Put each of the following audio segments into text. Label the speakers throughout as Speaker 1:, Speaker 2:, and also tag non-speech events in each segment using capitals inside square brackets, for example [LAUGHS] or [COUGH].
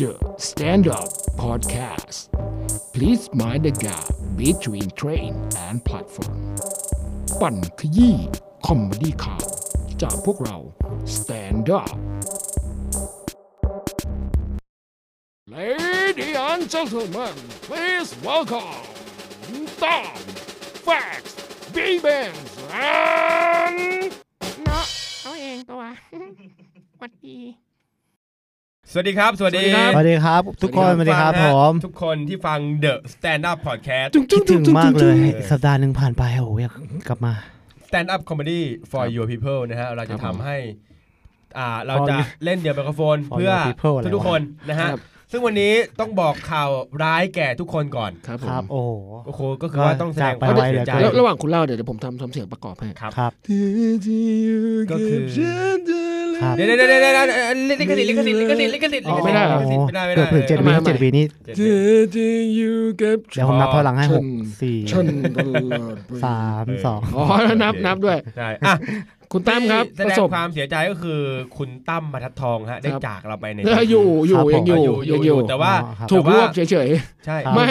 Speaker 1: the Stand Up Podcast. Please mind the gap between train and platform. ปั่นขยี้คอมเมดี้ข่าวจากพวกเรา Stand Up Lady and gentlemen, please welcome Tom, Fax, b b a n g and
Speaker 2: เนาะเอาเองตัว หวัดดี
Speaker 3: สวัสดีครับ สวัสดี
Speaker 1: สวัสดีครับ
Speaker 4: สวัสดีครับ ทุกคนสวัสดีครับ
Speaker 3: ฟังฮะ
Speaker 4: ผม
Speaker 3: ทุกคนที่ฟัง The Stand Up Podcast
Speaker 4: คิดถึงมากเลยสัปดาห์หนึ่งผ่านไปโอ้โหอยากกลับมา
Speaker 3: Stand Up Comedy for Your People นะฮะ เราจะทำให้ อ่า เราจะ
Speaker 4: For you-
Speaker 3: เล่นเดี่ยวไมโครโฟน
Speaker 4: For
Speaker 3: เพื่อ
Speaker 4: your people อะไรวะ
Speaker 3: ทุกๆคนนะฮะ
Speaker 1: ครับ
Speaker 3: ซึ่งวันนี้ต้องบอกข่าวร้ายแก่ทุกคนก่อน
Speaker 1: ครับผ
Speaker 4: ครับ
Speaker 1: ม
Speaker 4: โอ้โห
Speaker 3: ก็คือก็คือว่าต้องแสดงความ
Speaker 4: จากไปไว
Speaker 3: เสีย
Speaker 4: เหลือ
Speaker 3: ใจ
Speaker 4: เกิ
Speaker 1: แล้วระหว่างคุณเล่าเดี๋ยวเดี๋ยวผมทำทำเสียงประกอบให้
Speaker 3: ครับ
Speaker 4: ครับ
Speaker 3: ก็คือ
Speaker 4: ครับ
Speaker 3: เดี๋ยวเดี๋ยวเดี๋ยวเดี๋ยวเดี๋ยวลิขสิทธิ์ลิขสิทธิ์ลิขสิทธิ์ลิขสิทธิ์
Speaker 1: อ๋อ
Speaker 3: ลิขสิทธิ์
Speaker 1: ไม่ได้เหรอ
Speaker 3: ลิขสิทธิ์ไม่ได้ไม่
Speaker 4: เกื
Speaker 3: ได้
Speaker 4: อบถึงเจ็ด
Speaker 1: ไม่
Speaker 4: วี
Speaker 1: ได้
Speaker 4: เจ็ดวีนี่
Speaker 3: เจ็ด
Speaker 1: เธ
Speaker 3: วิ
Speaker 1: อจะอยู่กับ
Speaker 4: เดี๋ยวผมนับถอยหลังให้หกสี่
Speaker 1: ฉันตลอดไป
Speaker 4: สามสอง
Speaker 1: อ๋อแล้วนับนับด้วย
Speaker 3: ใช่อ่ะ
Speaker 1: คุณตั้มครับ
Speaker 3: ที่
Speaker 1: ป
Speaker 3: แสด
Speaker 1: ระ
Speaker 3: ง
Speaker 1: สบ
Speaker 3: ความเสียใจก็คือคุณตั้มบรรทัดทองฮะ ได้
Speaker 1: ครับ
Speaker 3: จากเราไปใน
Speaker 1: เอออยู่อยู่ยังอยู่
Speaker 3: อ
Speaker 1: ยั
Speaker 3: ยู่
Speaker 1: ง
Speaker 3: อ
Speaker 1: อยู่ยู่
Speaker 3: แต่ว่า
Speaker 4: อ๋อครับ
Speaker 1: ถูกรวบเฉย
Speaker 3: ใช่
Speaker 1: ๆ ไม่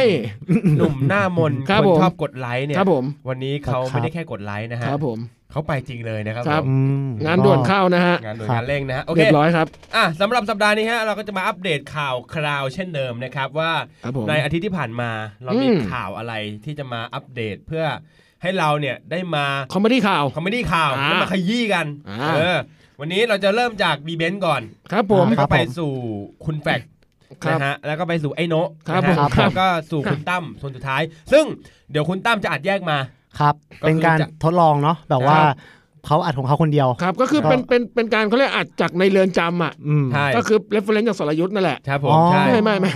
Speaker 3: หนุ่มหน้ามนต์
Speaker 1: ครับ
Speaker 3: คน
Speaker 1: ผม
Speaker 3: ชอบกดไลค์เนี่ย
Speaker 1: ครับผม
Speaker 3: วันนี้เขา
Speaker 4: ครับ
Speaker 3: ไม่ได้แค่กดไลค์นะฮะ
Speaker 1: ครับผม
Speaker 3: เขาไปจริงเลยนะครับ
Speaker 1: ครับ
Speaker 3: ผ
Speaker 4: อืม
Speaker 1: งานด่วนเข้านะฮะ
Speaker 3: มงานหน่วย
Speaker 4: ครับ
Speaker 3: งานเร่งนะฮะโอเค
Speaker 1: เรียบร้อยครับ
Speaker 3: อ่ะสำหรับสัปดาห์นี้ฮะเราก็จะมาอัปเดตข่าวคราวเช่นเดิมนะครับว่า
Speaker 1: ครับผม
Speaker 3: ในอาทิตย์ที่ผ่านมาเรามี
Speaker 1: อืม
Speaker 3: ข่าวอะไรที่จะมาอัปเดตเพื่อให้เราเนี่ยได้มา
Speaker 1: คอมเมดี้ข่าว
Speaker 3: คอมเมดี้ข่าว
Speaker 1: อ่า
Speaker 3: แล้วมาขยี้กัน
Speaker 1: อ่า
Speaker 3: เออวันนี้เราจะเริ่มจากบีเบนก่อน
Speaker 1: ครับผม
Speaker 3: แล้ว
Speaker 4: ครั
Speaker 3: ก็
Speaker 4: บ
Speaker 3: ไป
Speaker 4: ผม
Speaker 3: สู่คุณแฟก
Speaker 1: ครับ
Speaker 3: นะฮะ แล้วก็ไปสู่ไอ้โนะครับ นะฮะ
Speaker 4: ผม
Speaker 3: แล้วก็สู่คุณตั้มส่วนสุดท้าย ซึ่งเดี๋ยวคุณตั้มจะอัดแยกมา
Speaker 4: ครับ
Speaker 3: ก็คือ
Speaker 4: เป็นการ
Speaker 3: จะ
Speaker 4: ทดลองเนาะแบบว่า
Speaker 1: ครับ
Speaker 4: เขาอัดของเขาคนเดียว
Speaker 1: ครับก็คือเป็นเป็นเป็นการเขาเรียกอัดจากในเรือนจำอ่ะ
Speaker 4: อืม
Speaker 3: ใช่
Speaker 1: ก็คือเรฟเฟรนซ์จากสรยุทธ์นั่นแหละ
Speaker 3: ครับผม
Speaker 4: อ๋อ
Speaker 3: ใช่
Speaker 1: ไม่ไม่ไม่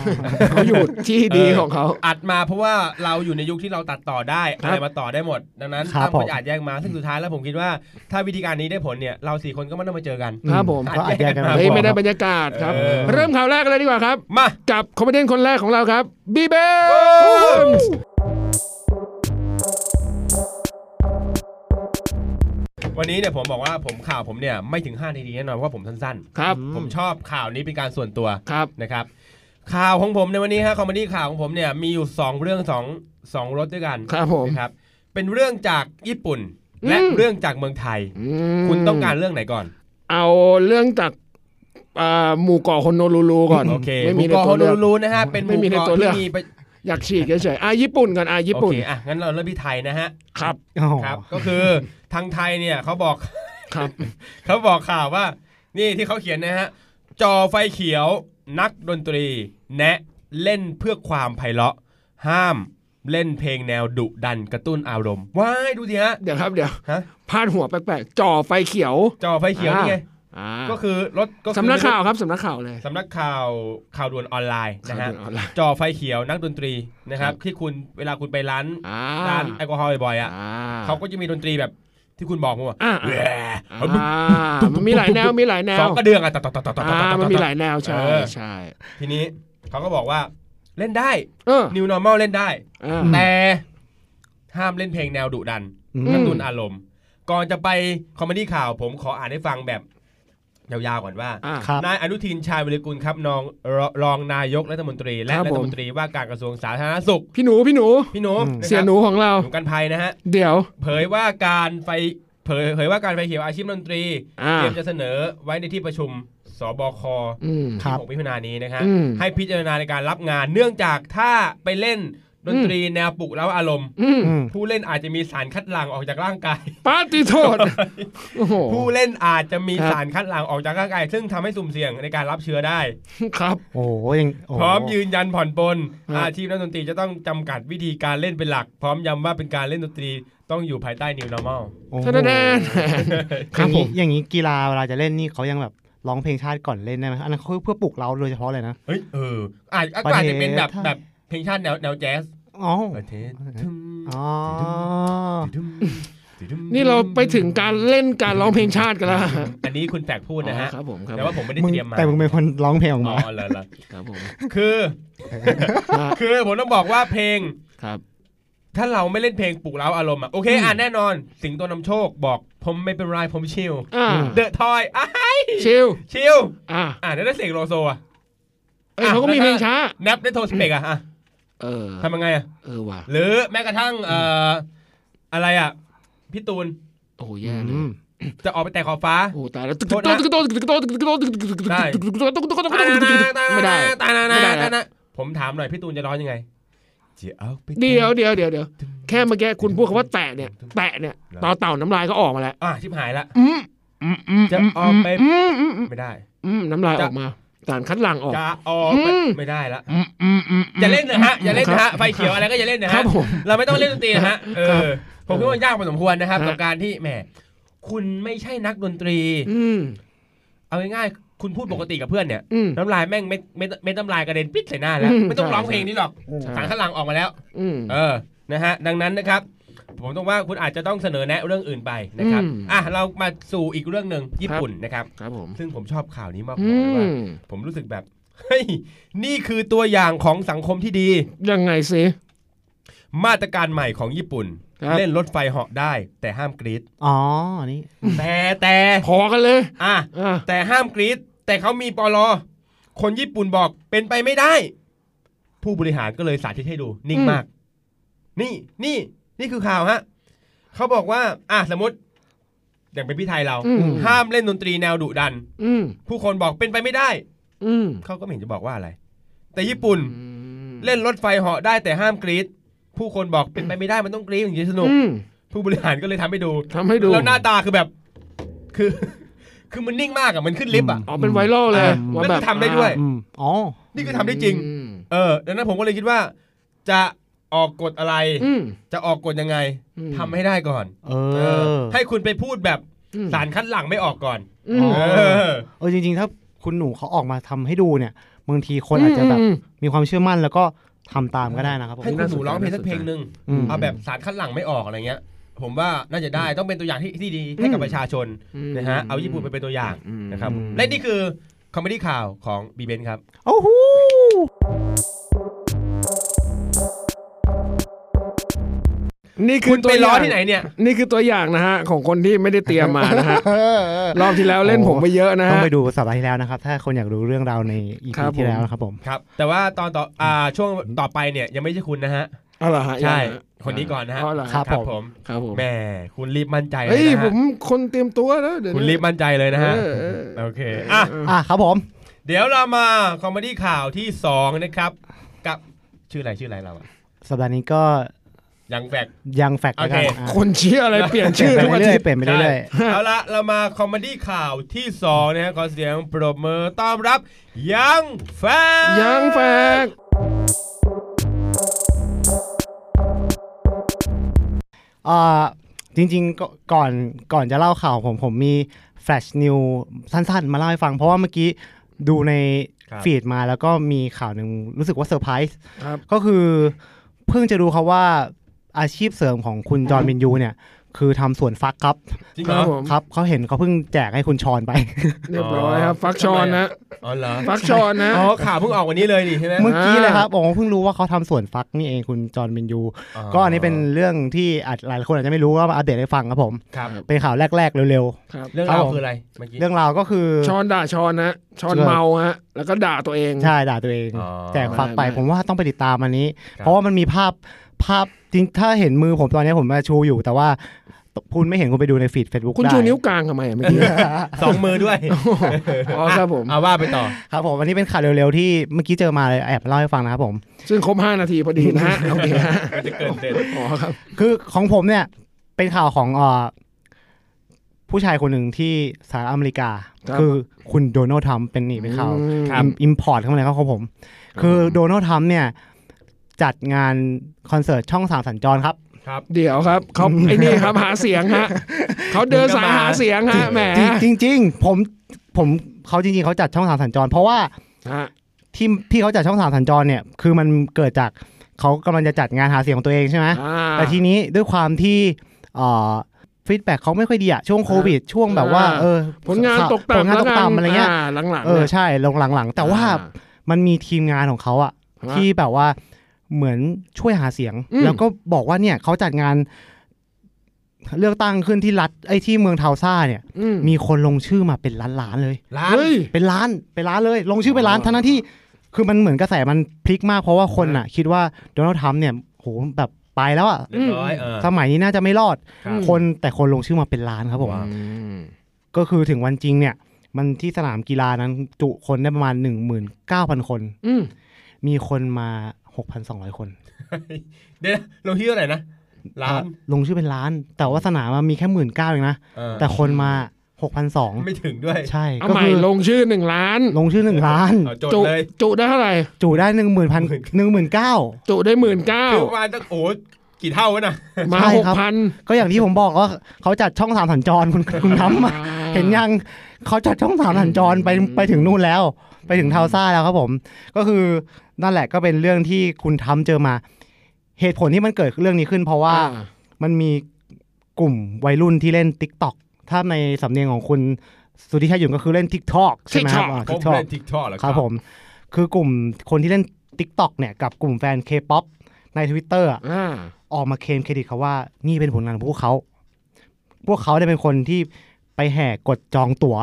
Speaker 1: เขาอยู่ที่ดีของเขา
Speaker 3: อัดมาเพราะว่าเราอยู่ในยุคที่เราตัดต่อได้
Speaker 1: ครับ
Speaker 3: อะไรมาต่อได้หมด ดังนั้น
Speaker 4: ครับ
Speaker 3: ตั้มก็
Speaker 4: ผม
Speaker 3: จะอัดแยกมา ซึ่งสุดท้ายแล้วผมคิดว่า ถ้าวิธีการนี้ได้ผลเนี่ย เราสี่คนก็ไม่ต้องมาเจอกัน
Speaker 1: ครับผม
Speaker 4: ก็อัดแยกกัน
Speaker 3: ครับ
Speaker 1: เฮ้ยไม่ได้
Speaker 4: ป
Speaker 1: บรรยากาศครับ
Speaker 3: เออ
Speaker 1: เริ่มข่าวแรกกันเลยดีกว่าครับ
Speaker 3: มา
Speaker 1: กับคอมเมดี้คนแรกของเราครับบีเบน
Speaker 3: วันนี้เนี่ยผมบอกว่าผมข่าวผมเนี่ยไม่ถึง5นาทีแน่นอนเพราะว่าผมสั้น
Speaker 1: ครับ
Speaker 3: ๆ ผมชอบข่าวนี้เป็นการส่วนตัว
Speaker 1: ครับ
Speaker 3: นะครับข่าวของผมในวันนี้ฮะคอมเมดี้ข่าวของผมเนี่ยมีอยู่ 2 เรื่อง2 2รถด้วยกัน
Speaker 1: ครับผม
Speaker 3: นะครับเป็นเรื่องจากญี่ปุ่น และ
Speaker 1: อืม
Speaker 3: เรื่องจากเมืองไทย
Speaker 1: อืม
Speaker 3: คุณต้องการเรื่องไหนก่อน
Speaker 1: เอาเรื่องจากอ่าหมู่เกาะฮอนโนลูลูก่อน
Speaker 3: โอเค
Speaker 1: ไม่
Speaker 3: ห
Speaker 1: มี
Speaker 3: มู่
Speaker 1: ใน
Speaker 3: เกาะ
Speaker 1: ตั
Speaker 3: ฮอ
Speaker 1: วน เลื
Speaker 3: โน
Speaker 1: อก
Speaker 3: ลูลูนะฮะเป็นหมู่
Speaker 1: ไม่มีใน
Speaker 3: เกาะ
Speaker 1: ตัวเลือก
Speaker 3: ที่มีไป
Speaker 1: อยากฉีกเฉยๆอ่ะญี่ปุ่นก่อนอ่ะญี่
Speaker 3: โอ
Speaker 1: ปุ่น
Speaker 3: เคอ่ะงั้นเราเริ่มที่ไทยนะฮะ
Speaker 1: ครับ
Speaker 4: อ๋อ
Speaker 3: ครับก็คือทางไทยเนี่ยเขาบอก
Speaker 1: ครับ
Speaker 3: เขาบอกข่าวว่า นี่ที่เขาเขียนนะฮะจอไฟเขียวนักดนตรี แนะเล่นเพื่อความไพเราะ ห้ามเล่นเพลงแนวดุดันกระตุ้นอารมณ์ว้ายดูสิฮะ
Speaker 1: เดี๋ยวครับเดี๋ยว
Speaker 3: ฮะ
Speaker 1: พาดหัวแปลกๆจ่อไฟเขียว
Speaker 3: จอไฟเขียวนี่ไง
Speaker 1: อ่า
Speaker 3: ก็คือรถก็คือ
Speaker 1: สำนักข่าวครับสำนักข่าวเลย
Speaker 3: สำนักข่าวข่าวด่วนออนไลน์นะฮะ
Speaker 1: ข่าวด่วออไลน์
Speaker 3: จอไฟเขียวนักดนตรีนะครับ
Speaker 1: ครับ
Speaker 3: ที่คุณเวลาคุณไปร้าน
Speaker 1: อ่า
Speaker 3: ร้านแอลกอฮอล์บ่อยๆอ่ะ
Speaker 1: อ่
Speaker 3: เขาก็จะมีดนตรีแบบที่คุณบอกมาว่า
Speaker 1: อ่า
Speaker 3: แหว่
Speaker 1: อ่ามันมีหลายแนวมีหลายแน
Speaker 3: สอ
Speaker 1: ว
Speaker 3: งกระเดื่องอ่ะต่อต่อต่อต่อต่อต่อ
Speaker 1: อ่า
Speaker 3: ต่อ
Speaker 1: มันมีหลายแนวใช่
Speaker 3: เออ
Speaker 1: ใช่
Speaker 3: ทีนี้เขาก็บอกว่าเล่นได้
Speaker 1: เออ
Speaker 3: New Normal เล่นได้
Speaker 1: อ่า
Speaker 3: แต่ห้ามเล่นเพลงแนวดุดัน
Speaker 4: อืม
Speaker 3: กระตุ้นอารมณ์ ก่อนจะไปคอมเมดี้ข่าวผมขออ่านให้ฟังแบบ ยาวๆก่อนว่า
Speaker 1: อ่า
Speaker 4: ครับ
Speaker 3: นายอนุทินชาญวิริกุลครับนองรรองนายกรัฐมนตรี และ
Speaker 1: ครับ
Speaker 3: รั
Speaker 1: ผม
Speaker 3: ฐมนตรีว่าการกระทรวงสาธารณสุข
Speaker 1: พี่หนูพี่หนู
Speaker 3: พี่หนู
Speaker 4: อืม
Speaker 3: ะครับ
Speaker 1: เสียหนูของเรา
Speaker 3: หนูกันภัยนะฮะ
Speaker 1: เดี๋ยว
Speaker 3: เผยว่าการไฟเผยเผยว่าการไฟเขียวอาชีพดนตรี
Speaker 1: อ่า
Speaker 3: เตรียมจะเสนอไว้ในที่ประชุมสบค
Speaker 1: อืม
Speaker 4: ครับ
Speaker 3: ที่6มิถุนายนนี้นะฮะ
Speaker 1: อืม
Speaker 3: ให้พิจารณาในการรับงาน เนื่องจากถ้าไปเล่นดนตรีแนวปลุกเร้าอารมณ์
Speaker 1: อืม
Speaker 4: อืม
Speaker 3: ผู้เล่นอาจจะมีสารคัดหลั่งออกจากร่างกาย
Speaker 1: ปาติโทษโอ้โห
Speaker 3: ผู้เล่นอาจจะมี
Speaker 1: ครับ
Speaker 3: สารคัดหลั่งออกจากร่างกาย ซึ่งทำให้สุ่มเสี่ยงในการรับเชื้อได้
Speaker 1: ครับ
Speaker 4: โอ้โหยังโโห
Speaker 3: พร้อมยืนยันผ่อนปลน
Speaker 1: ครับ
Speaker 3: อาชีพนักดนตรีจะต้องจำกัดวิธีการเล่นเป็นหลัก พร้อมย้ำว่าเป็นการเล่นดนตรีต้องอยู่ภายใต้ new normal
Speaker 1: ท่านแดน ครับผม
Speaker 4: อย่างนี้อย่างนี้กีฬาเวลาจะเล่นนี่เขายังแบบร้องเพลงชาติก่อนเล่นได้ไหมอันนั้นเขาเพื่อปลุกเราโดยเฉพาะเลยนะ
Speaker 3: เฮ้ยเอออาจอาจจะเป็นแบบแบบเพลงชาติแนวแนวแจ๊ส
Speaker 4: อ๋อ
Speaker 3: ประเทศ
Speaker 4: อ๋อ
Speaker 1: นี่เราไปถึงการเล่นการร้องเพลงชาติกันแล้ว
Speaker 3: อันนี้คุณแฝกพูดนะฮะ
Speaker 1: อ๋อครับผมครับ
Speaker 3: แต่ว่าผมไม่ได้
Speaker 4: มึง
Speaker 3: เตรียมมา
Speaker 4: แต่มึงเป็นคนร้องเพลงออก
Speaker 3: อ๋
Speaker 4: มา
Speaker 3: อเหรอเหรอ
Speaker 1: ครับผม
Speaker 3: คือ
Speaker 1: อ่ะ
Speaker 3: คือผมต้องบอกว่าเพลง
Speaker 1: ครับ
Speaker 3: ถ้าเราไม่เล่นเพลงปลุกเร้าอารมณ์อ่ะ โอเค
Speaker 1: อืม
Speaker 3: อ่ะแน่นอน สิงโตนำโชคบอกผมไม่เป็นไรผมชิล
Speaker 1: อ่า
Speaker 3: เดอะทอยอ่ะ
Speaker 1: ชิล
Speaker 3: ชิล
Speaker 1: อ่า
Speaker 3: อ่ะแล้วถ้าเสกโลโซอ่ะ
Speaker 1: เอ้ยเขาก็มีเพลงช้า
Speaker 3: แนบได้โทสเปกอะอะ
Speaker 1: เออ
Speaker 3: ทำยังไงอะ
Speaker 1: เออว่ะ
Speaker 3: หรือแม้กระทั่งเอ่ออะไรอะพี่ตูน
Speaker 1: โอ้โหแย่เลย
Speaker 4: อืม
Speaker 3: จะออกไปแต่ขอบฟ้า
Speaker 1: โอ้ตายแล้วตึก
Speaker 3: โทษนะ
Speaker 1: ตึกโตตึกโตตึกโตตึกโตตึกโต
Speaker 3: ได้
Speaker 1: ตึกโตตึกโตตึกโตตึกโตตึกโต
Speaker 3: ตานาตา
Speaker 1: ไม่
Speaker 3: นา
Speaker 1: ได้
Speaker 3: ตานา
Speaker 1: ไม่ได้
Speaker 3: ตา
Speaker 1: นะ
Speaker 3: นาผมถามหน่อยพี่ตูนจะร้องยังไงจะเอาไป
Speaker 1: เดี๋ยวเดี๋ยวเดี๋ยวเดี๋ยวแค่เมื่อกี้คุณพูดคำว่าแตะเนี่ย แตะเนี่ยต่อเต่าน้ำลายก็ออกมาแล้ว
Speaker 3: อ่ะชิบหายละ
Speaker 1: อืมอืมอืม
Speaker 3: จะออกไป
Speaker 1: อืมอืมอืม
Speaker 3: ไม่ได้
Speaker 1: อืมน้ำลายอ
Speaker 3: จะ
Speaker 1: อกมาสารคัดหลั่งออก
Speaker 3: จะออกไป
Speaker 1: อืม
Speaker 3: ไม่ได้ละ
Speaker 1: อืมอืมอืม
Speaker 3: อย่าเล่นนะฮะอย่าเล่นนะฮะไฟเขียวอะไรก็อย่าเล่นนะ
Speaker 1: ครั
Speaker 3: ฮะ
Speaker 1: บผม
Speaker 3: เราไม่ต้องเล่นดนตรีนะฮะเออผมคิดว่ายากพอสมควรนะครับ
Speaker 1: ฮะ
Speaker 3: กับการที่แหมคุณไม่ใช่นักดนตรี
Speaker 1: อืม
Speaker 3: เอาง่ายๆคุณพูดปกติกับเพื่อนเนี่ย
Speaker 1: อืม
Speaker 3: น้ำลายแม่งไม่ไม่ไม่น้ำลายกระเด็นปิดใส่หน้าแล้ว
Speaker 1: อืม
Speaker 3: ไม่ต้อง
Speaker 1: ใช่
Speaker 3: ร้องเพลงนี้หรอก
Speaker 1: ใช่
Speaker 3: สารข้างหลังออกมาแล้ว
Speaker 1: อืม
Speaker 3: เออ นะฮะ ดังนั้นนะครับ ผมต้องว่าคุณอาจจะต้องเสนอแนะเรื่องอื่นไปนะครับ
Speaker 1: อืม
Speaker 3: อ่ะ เรามาสู่อีกเรื่องหนึ่งญี่ปุ่นนะครับ
Speaker 1: ครับผม
Speaker 3: ซึ่งผมชอบข่าวนี้มากก
Speaker 1: อื
Speaker 3: ว่าเลยว่าม ผมรู้สึกแบบ เฮ้ย นี่คือตัวอย่างของสังคมที่ดี
Speaker 1: ยังไงสิ
Speaker 3: มาตรการใหม่ของญี่ปุ่น
Speaker 1: ครับ
Speaker 3: เล่นรถไฟเหาะได้ แต่ห้ามกรีด
Speaker 4: อ๋อนี่
Speaker 3: แต่แต่
Speaker 1: พอกันเลย
Speaker 3: อ่ะ
Speaker 1: อ่ะ
Speaker 3: แต่ห้ามกรีดแต่เขามีปลอ คนญี่ปุ่นบอกเป็นไปไม่ได้ ผู้บริหารก็เลยสาธิตให้ดู นิ่งมาก นี่นี่ นี่คือข่าวฮะเขาบอกว่า อ่ะสมมติ อย่างเป็นพี่ไทยเรา
Speaker 1: อืม
Speaker 3: ห้ามเล่นดนตรีแนวดุดัน
Speaker 1: อืม
Speaker 3: ผู้คนบอกเป็นไปไม่ได้
Speaker 1: อืม
Speaker 3: เขาก็ไม่เห็นจะบอกว่าอะไร แต่ญี่ปุ่น
Speaker 1: อืม
Speaker 3: เล่นรถไฟเหาะได้แต่ห้ามกรีดผู้คนบอกเป็นไปไม่ได้มันต้องกรีดอย่างนี้สนุก
Speaker 1: อืม
Speaker 3: ผู้บริหารก็เลยทำให้ดู
Speaker 1: ทำให้ดู
Speaker 3: แล้วหน้าตาคือแบบ คือ [LAUGHS] คือมันนิ่งมากอะมันขึ้นลิฟต์อะ
Speaker 1: อ๋อเป็นไวรัลเลย
Speaker 3: อ่ะ
Speaker 1: ว่า
Speaker 3: แล้ว
Speaker 1: แบบ
Speaker 3: ทำได้ด้วย
Speaker 1: อ่ะ
Speaker 4: อืมอ๋อ
Speaker 3: นี่คือทำได้จริง
Speaker 1: อืม
Speaker 3: เออดังนั้นผมก็เลยคิดว่า จะออกกฎอะไร
Speaker 1: อืม
Speaker 3: จะออกกฎยังไง
Speaker 1: อืม
Speaker 3: ทำให้ได้ก่อน
Speaker 4: เอ
Speaker 3: เอ
Speaker 4: อ
Speaker 3: อให้คุณไปพูดแบบ
Speaker 1: อืม
Speaker 3: สารคัดหลังไม่ออกก่อน
Speaker 1: อืม
Speaker 4: อ๋
Speaker 3: เออ
Speaker 4: เออจริงๆ ถ้าคุณหนูเขาออกมาทำให้ดูเนี่ยบางทีคนอาจจะแบบ
Speaker 1: ม
Speaker 4: มีความเชื่อมั่นแล้วก็ทำตามก็ได้นะครับผม
Speaker 3: ให้คุณหนูร้องเพลงสักเพลงหนึ่ง
Speaker 4: อืม
Speaker 3: เอาแบบสารคัดหลังไม่ออกอะไรเงี้ย ผมว่าน่าจะได้ต้องเป็นตัวอย่างที่ที่ดีให้กับประชาชน
Speaker 1: อืม
Speaker 3: นะฮะเอาญี่ปุ่นไปเป็นตัวอย่าง
Speaker 1: อืม
Speaker 3: นะครับ
Speaker 4: อืม
Speaker 3: และนี่คือคอมเมดี้ข่าวของบีเบนครับ
Speaker 4: โอ้โห
Speaker 1: นี่คื
Speaker 3: คุ
Speaker 1: อ
Speaker 3: ณ
Speaker 1: ตัว
Speaker 3: ไป
Speaker 1: ย่าง
Speaker 3: ล้อที่ไหนเนี่ย
Speaker 1: นี่คือตัวอย่างนะฮะ ของคนที่ไม่ได้เตรียมมานะ
Speaker 4: [LAUGHS]
Speaker 1: ฮะ รอบที่แล้วเล่นผมไปเยอะนะ
Speaker 4: ต้อง
Speaker 1: ฮะ
Speaker 4: ไปดูสัปดาห์ที่แล้วนะครับ ถ้าคนอยากรู้เรื่องราวในอี
Speaker 1: ครับ
Speaker 4: พี
Speaker 1: ผม
Speaker 4: ที่แล้วนะครับผม
Speaker 3: ครับ แต่ว่าตอนต่ออ่าช่วงต่อไปเนี่ย ยังไม่ใช่คุณนะฮะ
Speaker 1: อ๋อเหรอฮะ
Speaker 3: ใช่
Speaker 1: ยังฮะ
Speaker 3: คนนี้ก่อนนะฮะ
Speaker 1: อ๋อเหรอ
Speaker 4: ครั
Speaker 1: ฮะ
Speaker 4: บ ผม
Speaker 1: ครับผม
Speaker 3: แหม่คุณรีบมั่นใจเลย
Speaker 1: เฮ้ย
Speaker 3: นะ
Speaker 1: ผ
Speaker 3: ฮะ
Speaker 1: มคนเตรียมตัวแล้วเดี๋ยว
Speaker 3: คุณ
Speaker 1: นี้
Speaker 3: รีบมั่นใจเลยนะฮะ
Speaker 1: เออเออ
Speaker 3: โอเค อ่ะ
Speaker 4: อ่ะครับผม
Speaker 3: เดี๋ยวเรามาคอมเมดี้ข่าวที่ 2 นะครับ กับชื่ออะไรชื่ออะไรเราอะ
Speaker 4: สัปดาห์นี้ก็
Speaker 3: ยังแฟก
Speaker 4: ยังแฟกต์แล้วกัน
Speaker 3: โอเค
Speaker 4: อ่ะ
Speaker 1: คนเชียร์อะไรเปลี่ยน
Speaker 4: เปลี่
Speaker 1: ชื่
Speaker 4: ย
Speaker 1: อน
Speaker 4: ไป
Speaker 1: ทุกอา
Speaker 4: เรื่อ
Speaker 1: ทิต
Speaker 4: ยๆ
Speaker 1: ย์
Speaker 4: เปลี่ยนไปเรื่อย
Speaker 3: ใช่เอาละเรามาคอมเมดี้ข่าวที่ 2 นะฮะขอเสียงปรบมือต้อนรับยังแฟก
Speaker 1: ยังแฟก
Speaker 4: ๆอ่าจริงๆก็ก่อนก่อนจะเล่าข่าวผมผมมีแฟลชนิวสั้นๆ มาเล่าให้ฟัง เพราะว่าเมื่อกี้ดูใน
Speaker 3: ครับ
Speaker 4: ฟีดมาแล้วก็มีข่าวหนึ่งรู้สึกว่าเซอร์ไพรส์
Speaker 1: ครับ
Speaker 4: ก็คือเพิ่งจะรู้ครับว่าอาชีพเสริมของคุณจอห์นวินยูเนี่ย คือทำสวนฟักครับ
Speaker 3: จริง
Speaker 1: ค
Speaker 3: เห
Speaker 1: รั
Speaker 3: รอบ
Speaker 1: ผม
Speaker 4: ครับเขาเห็นเขาเพิ่งแจกให้คุณชอน
Speaker 1: [LAUGHS]
Speaker 4: ไป
Speaker 1: เรียบร้อยครับ ฟักชอนนะ
Speaker 3: อ๋อเหรอ
Speaker 1: ฟักชอนนะ
Speaker 3: อ๋อข่าวเพิ่งออกวันนี้เลยนี่ใช่ไหม
Speaker 4: เมื่อกี้เลยครับผมเพิ่งรู้ว่าเขาทำสวนฟักนี่เองคุณจอห์นวินยู ก็อันนี้เป็นเรื่องที่อาจหลายคนอาจจะไม่รู้ก็มาอัปเดตให้ฟังครับผม
Speaker 3: ครับ
Speaker 4: เป็นข่าวแรก ๆ เร็ว
Speaker 1: ครับ
Speaker 3: เรื่องราว
Speaker 4: ครับผม
Speaker 3: คืออะไรเมื่อกี้
Speaker 4: ๆ เรื่องราวก็คือ
Speaker 1: ชอนด่าชอนนะชอน
Speaker 4: เชื่อ
Speaker 1: เมาฮะ แล้วก็ด่าตัวเอง
Speaker 4: ใช่ด่าตัวเอง
Speaker 3: อ๋อ
Speaker 4: แจกฟักไป
Speaker 1: ไม่ไม่
Speaker 4: ผมว่าต้องไปติดตามอันนี้
Speaker 3: ครับ
Speaker 4: เพราะว่ามันมีภาพภาพจริงถ้าเห็นมือผมตอนนี้ผมมาชูอยู่แต่ว่าคุณไม่เห็นคุณไปดูในฟีดเฟซบุ๊ก
Speaker 1: คุณ
Speaker 4: ได้
Speaker 1: ชูนิ้วกลางทำไมอะเมื่อกี้
Speaker 3: สองมือด้วย
Speaker 1: อ๋อครับผม
Speaker 3: เอาว่าไปต่อ
Speaker 4: ครับผมอันนี้เป็นข่าวเร็วๆที่เมื่อกี้เจอมาเลยแอบเล่าให้ฟังนะครับผม
Speaker 1: ซึ่งครบ 5 นาทีพอดีนะฮะโอเคฮะ
Speaker 3: มันจะเกินเด่น
Speaker 1: อ๋อครับ
Speaker 4: คือของผมเนี่ยเป็นข่าวของเอ่อผู้ชายคนหนึ่งที่สหรัฐอเมริกา
Speaker 1: ครับ
Speaker 4: คือคุณโดนัลด์ทรัมป์เป็นนี่เป็นข่าว
Speaker 3: ครับ
Speaker 4: อิมพอร์ตเข้ามาเลยครับของผม คือโดนัลด์ทรัมป์เนี่ย จัดงานคอนเสิร์ตช่องสามสัญจรครับ
Speaker 3: ครับ
Speaker 1: เดี๋ยวครับเขาไอ้นี่ครับหาเสียงฮะเขาเดินสายหาเสียงฮะแหม
Speaker 4: จริงจริงๆผมผมเขาจริง ๆเขาจัดช่องสามสัญจร เพราะว่า
Speaker 1: ฮะ
Speaker 4: ที่ที่เขาจัดช่องสามสัญจรเนี่ย คือมันเกิดจากเขากำลังจะจัดงานหาเสียงของตัวเองใช่ไหม
Speaker 1: อ่า
Speaker 4: แต่ทีนี้ด้วยความที่ฟีดแบ็กเขาไม่ค่อยดีอะช่วงโควิด ช่วงแบบว่า
Speaker 1: อ่า
Speaker 4: เออ
Speaker 1: ผลงานตก
Speaker 4: ผ
Speaker 1: ต่ำ
Speaker 4: ลงานตกต่ำอะไรเงี้ย
Speaker 1: าหลังๆ
Speaker 4: เออ
Speaker 1: นี่ย
Speaker 4: ใช่ลงหลังๆ แต่ว่า
Speaker 1: อ่
Speaker 4: มันมีทีมงานของเขาอะที่แบบว่าเหมือนช่วยหาเสียง
Speaker 1: อืม
Speaker 4: แล้วก็บอกว่าเนี่ยเขาจัดงาน เลือกตั้งขึ้นที่รัฐไอ้ที่เมืองเทาซ่าเนี่ย
Speaker 1: อื
Speaker 4: มีคนลงชื่อมาเป็นล้านๆเลย
Speaker 3: ร้าน
Speaker 1: เฮ้ย
Speaker 4: เป็นล้านเป็นล้านเลย ลงชื่อเป็นล้าน
Speaker 1: อ๋อ
Speaker 4: ทั้งๆที่ คือมันเหมือนกระแสมันพลิกมากเพราะว่าคนอ่ะ คิดว่าโดนัลด์ทรัมป์เนี่ยโหแบบไปแล้วอ่ะ
Speaker 3: เรียบร้อยเออ
Speaker 4: สมัยนี้น่าจะไม่รอด
Speaker 3: ครับ
Speaker 4: คนแต่คนลงชื่อมาเป็นล้านครับผม
Speaker 3: ว้าว
Speaker 1: อืม
Speaker 4: ก็คือถึงวันจริงเนี่ย มันที่สนามกีฬานั้นจุคนได้ประมาณ 19,000 คน
Speaker 1: อืม
Speaker 4: มีคนมา 6,200 คน
Speaker 3: เดี๋ยวนะลงที่เท่าไหร่นะล้าน
Speaker 4: อ่ะลงชื่อเป็นล้าน แต่ว่าสนามอะมีแค่หมื่นเก้าเองนะ
Speaker 3: เออ
Speaker 4: แต่คนมา 6,200
Speaker 3: ไม่ถึงด้วย
Speaker 4: ใช่
Speaker 1: เอา
Speaker 4: ก็
Speaker 1: ใหม่
Speaker 4: คือ
Speaker 1: ลงชื่อหนึ่งล้าน
Speaker 4: ลงชื่อ 1 ล้าน
Speaker 3: เอาจด
Speaker 1: จุ
Speaker 3: เลย
Speaker 1: จุได้เท่าไหร่
Speaker 4: จุได้ 1 0 0 0 0 1 9 0 0
Speaker 1: จุได้หมื่นเก้า
Speaker 3: คือมาตั้งโอ้โหกี่เท่าวะน่ะ
Speaker 1: มา
Speaker 4: ใช่
Speaker 1: หก
Speaker 4: ครับ
Speaker 1: พัน
Speaker 4: ก็อย่างที่ผมบอกว่าเขาจัดช่องสามสัญจรคุณคุณ
Speaker 3: [LAUGHS]
Speaker 4: น้ำอะเห็นยังเขาจัดช่องสามสัญจรไปไปถึงนู่นแล้ว ไปถึงเทาซ่าแล้วครับผม ก็คือนั่นแหละก็เป็นเรื่องที่คุณทำเจอมา เหตุผลที่มันเกิดเรื่องนี้ขึ้น เพราะว่า
Speaker 1: อ่
Speaker 4: มันมีกลุ่มวัยรุ่นที่เล่น t ิ k t o k ถ้าในสำเนียงของคุณสุทธิชัยหยุ่นก็คือเล่น t ิ k t o k ใช่ไหมครับ
Speaker 3: ผ
Speaker 4: ทิ
Speaker 3: ม
Speaker 4: กตอก
Speaker 3: เล่นทิกทอแล้ว
Speaker 4: ครับผม คือกลุ่มคนที่เล่น t ิ k t o k เนี่ยกับกลุ่มแฟน K-POP ใน Twitter อะ
Speaker 1: อ่า
Speaker 4: ออกมาเคลมเครดิตเขาว่านี่เป็นผลงานของพวกเขา พวกเขาได้เป็นคนที่ไปแห่กดจองตั๋ว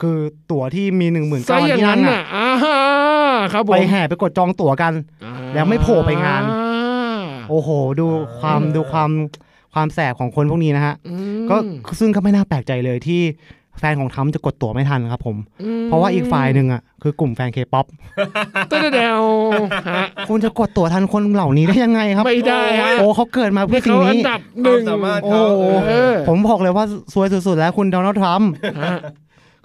Speaker 4: คือตั๋วที่มีหนึ่งหมื่น
Speaker 1: ซะ
Speaker 4: เก้า
Speaker 1: อย่าง
Speaker 4: ที่
Speaker 1: นั้
Speaker 4: นั่
Speaker 1: น
Speaker 4: ง
Speaker 1: น่ะ
Speaker 4: อะ
Speaker 1: อ่าครับผม
Speaker 4: ไปแห่ไปกดจองตั๋วกัน
Speaker 1: อ่า
Speaker 4: แล้วไม่โผล่ไปงาน โอ้โห ดูความดูความความแสบของคนพวกนี้นะฮะ
Speaker 1: อืม
Speaker 4: ก็ซึ่งก็ไม่น่าแปลกใจเลยที่แฟนของทรัมป์จะกดตั๋วไม่ทันครับผม
Speaker 1: ม
Speaker 4: เพราะว่าอีกฝ่ายหนึ่งอ่ะคือกลุ่มแฟนเค
Speaker 1: [LAUGHS]
Speaker 4: ป๊อป
Speaker 1: เต้นเดวฮะ
Speaker 4: คุณจะกดตั๋วทันคนเหล่านี้ได้ยังไงครับ
Speaker 1: ไม่ได้ฮะ
Speaker 4: โอ้เขาเกิดมาเพื่
Speaker 1: นี่
Speaker 4: อสิ่
Speaker 1: เขา
Speaker 4: ง
Speaker 1: อั
Speaker 4: นี้
Speaker 1: นดับหนึ่ง
Speaker 3: ความสามารถ
Speaker 4: โอ้
Speaker 3: เขา
Speaker 4: โห
Speaker 3: เอ
Speaker 1: เอ
Speaker 3: อ
Speaker 1: อ
Speaker 4: ผมบอกเลยว่าซวยสุดๆแล้วคุณโดนัลด์ทรัมป์
Speaker 1: ฮะ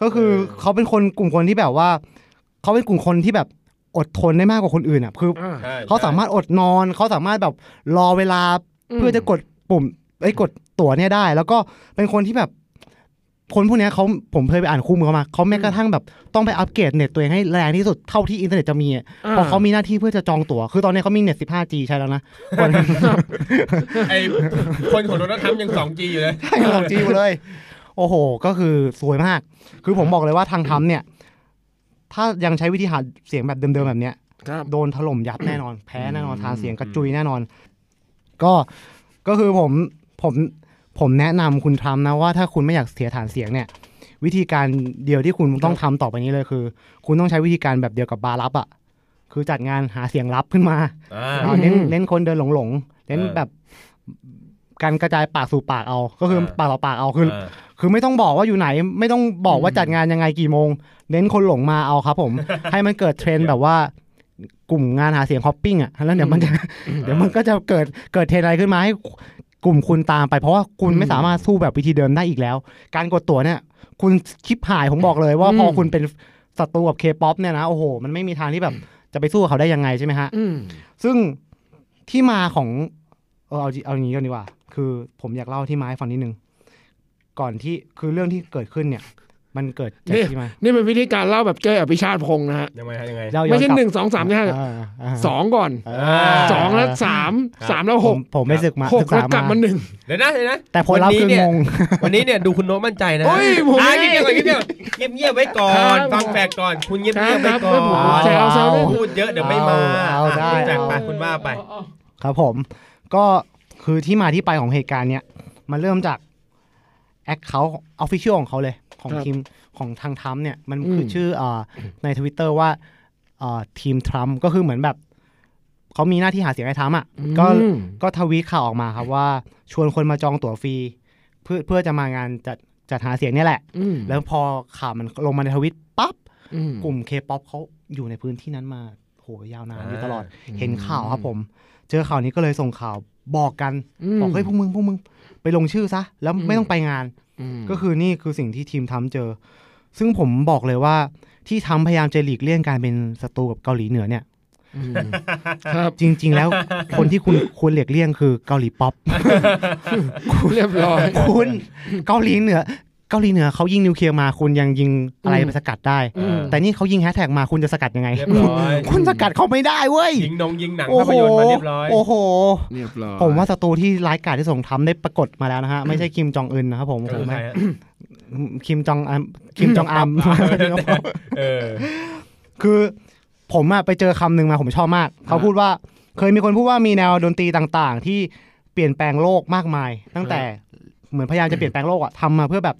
Speaker 4: ก็คือ
Speaker 3: เออ
Speaker 4: เขาเป็นคนกลุ่มคนที่แบบว่า เขาเป็นกลุ่มคนที่แบบอดทนได้มากกว่าคนอื่นอ่ะคือ
Speaker 1: อ่า
Speaker 3: ใช่
Speaker 4: เขาสามารถอดนอน เขาสามารถแบบรอเวลาเพื่อจะกดปุ่มไอ้ยกดตั๋วเนี่ยได้ แล้วก็เป็นคนที่แบบ คนพวกเนี้ยเขาผมเคยไปอ่านคู่มือเขามาเขาแม้กระทั่งแบบต้องไปอัปเกรดเน็ตตัวเองให้แรงที่สุดเท่าที่อินเทอร์เน็ตจะมีอะเพราะเขามีหน้าที่เพื่อจะจองตั๋วคือตอนนี้เขามีเน็ต 15G ใช้แล้วนะคน
Speaker 3: ไอคนของโดนัลด์ทรัมป์ยัง 2G อยู่เลย
Speaker 4: ให้ของจีอยู่เลย โอ้โห ก็คือสวยมาก คือผมบอกเลยว่าทางทำเนี่ย ถ้ายังใช้วิธีหาเสียงแบบเดิมๆแบบเนี้ย
Speaker 1: ครับ
Speaker 4: โดนถล่มยับแน่นอน แพ้แน่นอน
Speaker 3: อืม
Speaker 4: ทานเสียงกระจุยแน่นอน ก็ก็คือผมผมผมแนะนำคุณทรัมป์นะว่าถ้าคุณไม่อยากเสียฐานเสียงเนี่ย วิธีการเดียวที่คุณต้องทำต่อไปนี้เลยคือ คุณต้องใช้วิธีการแบบเดียวกับบาร์ลับอ่ะคือจัดงานหาเสียงลับขึ้นมา
Speaker 3: อ่า
Speaker 4: เอาเน้นเน้นคนเดินหลงๆเน้น
Speaker 3: เออ
Speaker 4: แบบการกระจายปากสู่ปากเอา ก็คือ
Speaker 3: เออ
Speaker 4: ปากต่อปากเอาคือ
Speaker 3: อ่า
Speaker 4: คือไม่ต้องบอกว่าอยู่ไหน ไม่ต้องบอกว่าจัดงานยังไงกี่โมง เน้นคนหลงมาเอาครับ [LAUGHS] ผม ให้มันเกิดเทรนด์แบบว่ากลุ่มงานหาเสียงฮอปปิ้งอ่ะแล้วเดี๋ยวมันจะ เดี๋ยวมันก็จะเกิดเกิดเทรนด์อะไรขึ้นมาให้กลุ่มคุณตามไป เพราะว่าคุณ
Speaker 1: อืม
Speaker 4: ไม่สามารถสู้แบบวิธีเดิมได้อีกแล้ว การกดตั๋วเนี่ย คุณชิปหายผมบอกเลยว่า
Speaker 1: อืม
Speaker 4: พอคุณเป็นศัตรูกับเคป๊อปเนี่ยนะโอ้โหมันไม่มีทางที่แบบจะไปสู้กับเขาได้ยังไงใช่ไหมฮะ
Speaker 1: อืม
Speaker 4: ซึ่งที่มาของเออเอาจิเอาอย่างนี้ก่อนดีกว่า คือผมอยากเล่าที่มาให้ฟังนิดนึง ก่อนที่คือเรื่องที่เกิดขึ้นเนี่ย มันเกิดจากที่มา
Speaker 1: นี่เป็นวิธีการเล่าแบบเจ้ยอภิชาติพงษ์นะฮะ
Speaker 3: ยังไงฮะยังไง
Speaker 4: เราย้อ
Speaker 1: ไม่ใช่
Speaker 4: กลับ
Speaker 1: หนึ่งสองสามนะฮะ
Speaker 4: อ่าา
Speaker 1: สองก่อน
Speaker 4: อ่า
Speaker 1: สองแล้วสามสามแล้วห
Speaker 4: ผ
Speaker 1: ก
Speaker 4: มผมไม่ศึกมา
Speaker 1: ห
Speaker 4: ศึ
Speaker 1: ก
Speaker 4: ก
Speaker 1: แล้ว
Speaker 4: ษาก
Speaker 1: ลับ
Speaker 4: มา
Speaker 1: มาหนึ่ง
Speaker 3: เดี๋ยวนะเดี๋ยวนะ
Speaker 4: แต่ผลลัพธ์คือ
Speaker 3: เนี่ย
Speaker 4: งง
Speaker 3: วันนี้เนี่ยดูคุณโนตมั่นใจนะ
Speaker 1: โอ้ยผม
Speaker 3: อ่ะ
Speaker 1: ไม่
Speaker 3: เงียบๆก่อนเงียบๆเงียบเงียบๆไว้ก่อ
Speaker 1: ครั
Speaker 3: น
Speaker 1: บ
Speaker 3: ฟังแฟกก่อน คุณเงียบ
Speaker 1: ครั
Speaker 3: เงี
Speaker 1: บ
Speaker 3: ย
Speaker 1: บ
Speaker 3: ไว้ก่อ
Speaker 1: ครับผม
Speaker 3: น
Speaker 1: แซวแซวเล่น
Speaker 3: พูดเยอะเดี๋ยวไม่มา
Speaker 4: เอาเอาได้
Speaker 3: อ่ะแฟกไปคุณว่าไป
Speaker 4: ครับผมก็คือที่มาที่ไปของเหตุการณ์เนี้ยมันเริ่มจากแอคเคาท์ออฟฟิเชียลของเขาเลย ของ
Speaker 1: ครับ
Speaker 4: ทีมของทางทรัมป์เนี่ย มัน
Speaker 1: อืม
Speaker 4: คือชื่อเอ่อในทวิตเตอร์ว่าเอ่อทีมทรัมป์ก็คือเหมือนแบบ เขามีหน้าที่หาเสียงให้ทรัมป์อ่ะก็
Speaker 1: อืม
Speaker 4: ก็ทวีตข่าวออกมาครับว่า ชวนคนมาจองตั๋วฟรี เพื่อเพื่อจะมางานจัดจัดหาเสียงเนี่ยแหละ
Speaker 1: อืม
Speaker 4: แล้วพอข่าวมันลงมาในทวิตปั๊บ
Speaker 1: อืม
Speaker 4: กลุ่มเคป๊อปเขาอยู่ในพื้นที่นั้นมาโหยาวนาน
Speaker 3: อ่า
Speaker 4: อยู่ตลอด
Speaker 1: อืม
Speaker 4: เห็นข่าวครับผม เจอข่าวนี้ก็เลยส่งข่าวบอกกัน
Speaker 1: อืม
Speaker 4: บอกเฮ้ยพวกมึงพวกมึงไปลงชื่อซะ แล้ว
Speaker 1: อืม
Speaker 4: ไม่ต้องไปงาน
Speaker 1: ม
Speaker 4: ก็คือนี่คือสิ่งที่ทีมทำเจอ ซึ่งผมบอกเลยว่าที่ทำพยายามจะหลีกเลี่ยงการเป็นศัตรูกับเกาหลีเหนือเนี่ย
Speaker 1: มครับ [LAUGHS]
Speaker 4: จริง
Speaker 3: [LAUGHS]
Speaker 4: ๆแล้ว คนที่คุณควรหลีกเลี่ยงคือเกาหลีป๊อป
Speaker 1: เรียบร้อย
Speaker 4: คุณเกาหลีเหนือ เกาหลีเหนือเขายิงนิวเคลียร์มาคุณยังยิงอะไรไปสกัดได้
Speaker 1: อืม
Speaker 4: แต่นี่เขายิงแฮชแท็กมาคุณจะสกัดยังไง
Speaker 3: เรียบร้อย
Speaker 4: คุณสกัดเขาไม่ได้เว้ย
Speaker 3: ยิงนงยิงหนัง
Speaker 4: โอ้
Speaker 3: ภาพ
Speaker 4: โห
Speaker 3: ยนตร์มาเรียบร้อย
Speaker 4: โอ้โห
Speaker 1: เรียบร้อย
Speaker 4: ผมว่าศัตรูที่ร้ายกาจที่ส่งทำได้ปรากฏมาแล้วนะฮะ ไม่ใช่คิมจองอึนนะครับผม
Speaker 3: ก็
Speaker 4: ผ
Speaker 3: คือ
Speaker 4: ม
Speaker 3: ใคร
Speaker 4: ไม่
Speaker 3: ฮะ
Speaker 4: คิมจองอัมคิมจองอัม
Speaker 3: เออ
Speaker 4: [LAUGHS] คือผมอะไปเจอคำหนึ่งมาผมชอบมาก เขาพูดว่าเคยมีคนพูดว่ามีแนวดนตรีต่างๆ ที่เปลี่ยนแปลงโลกมากมาย ตั้งแต่เหมือนพยายามจะเปลี่ยนแปลงโลกอะทำมาเพื่อแบบ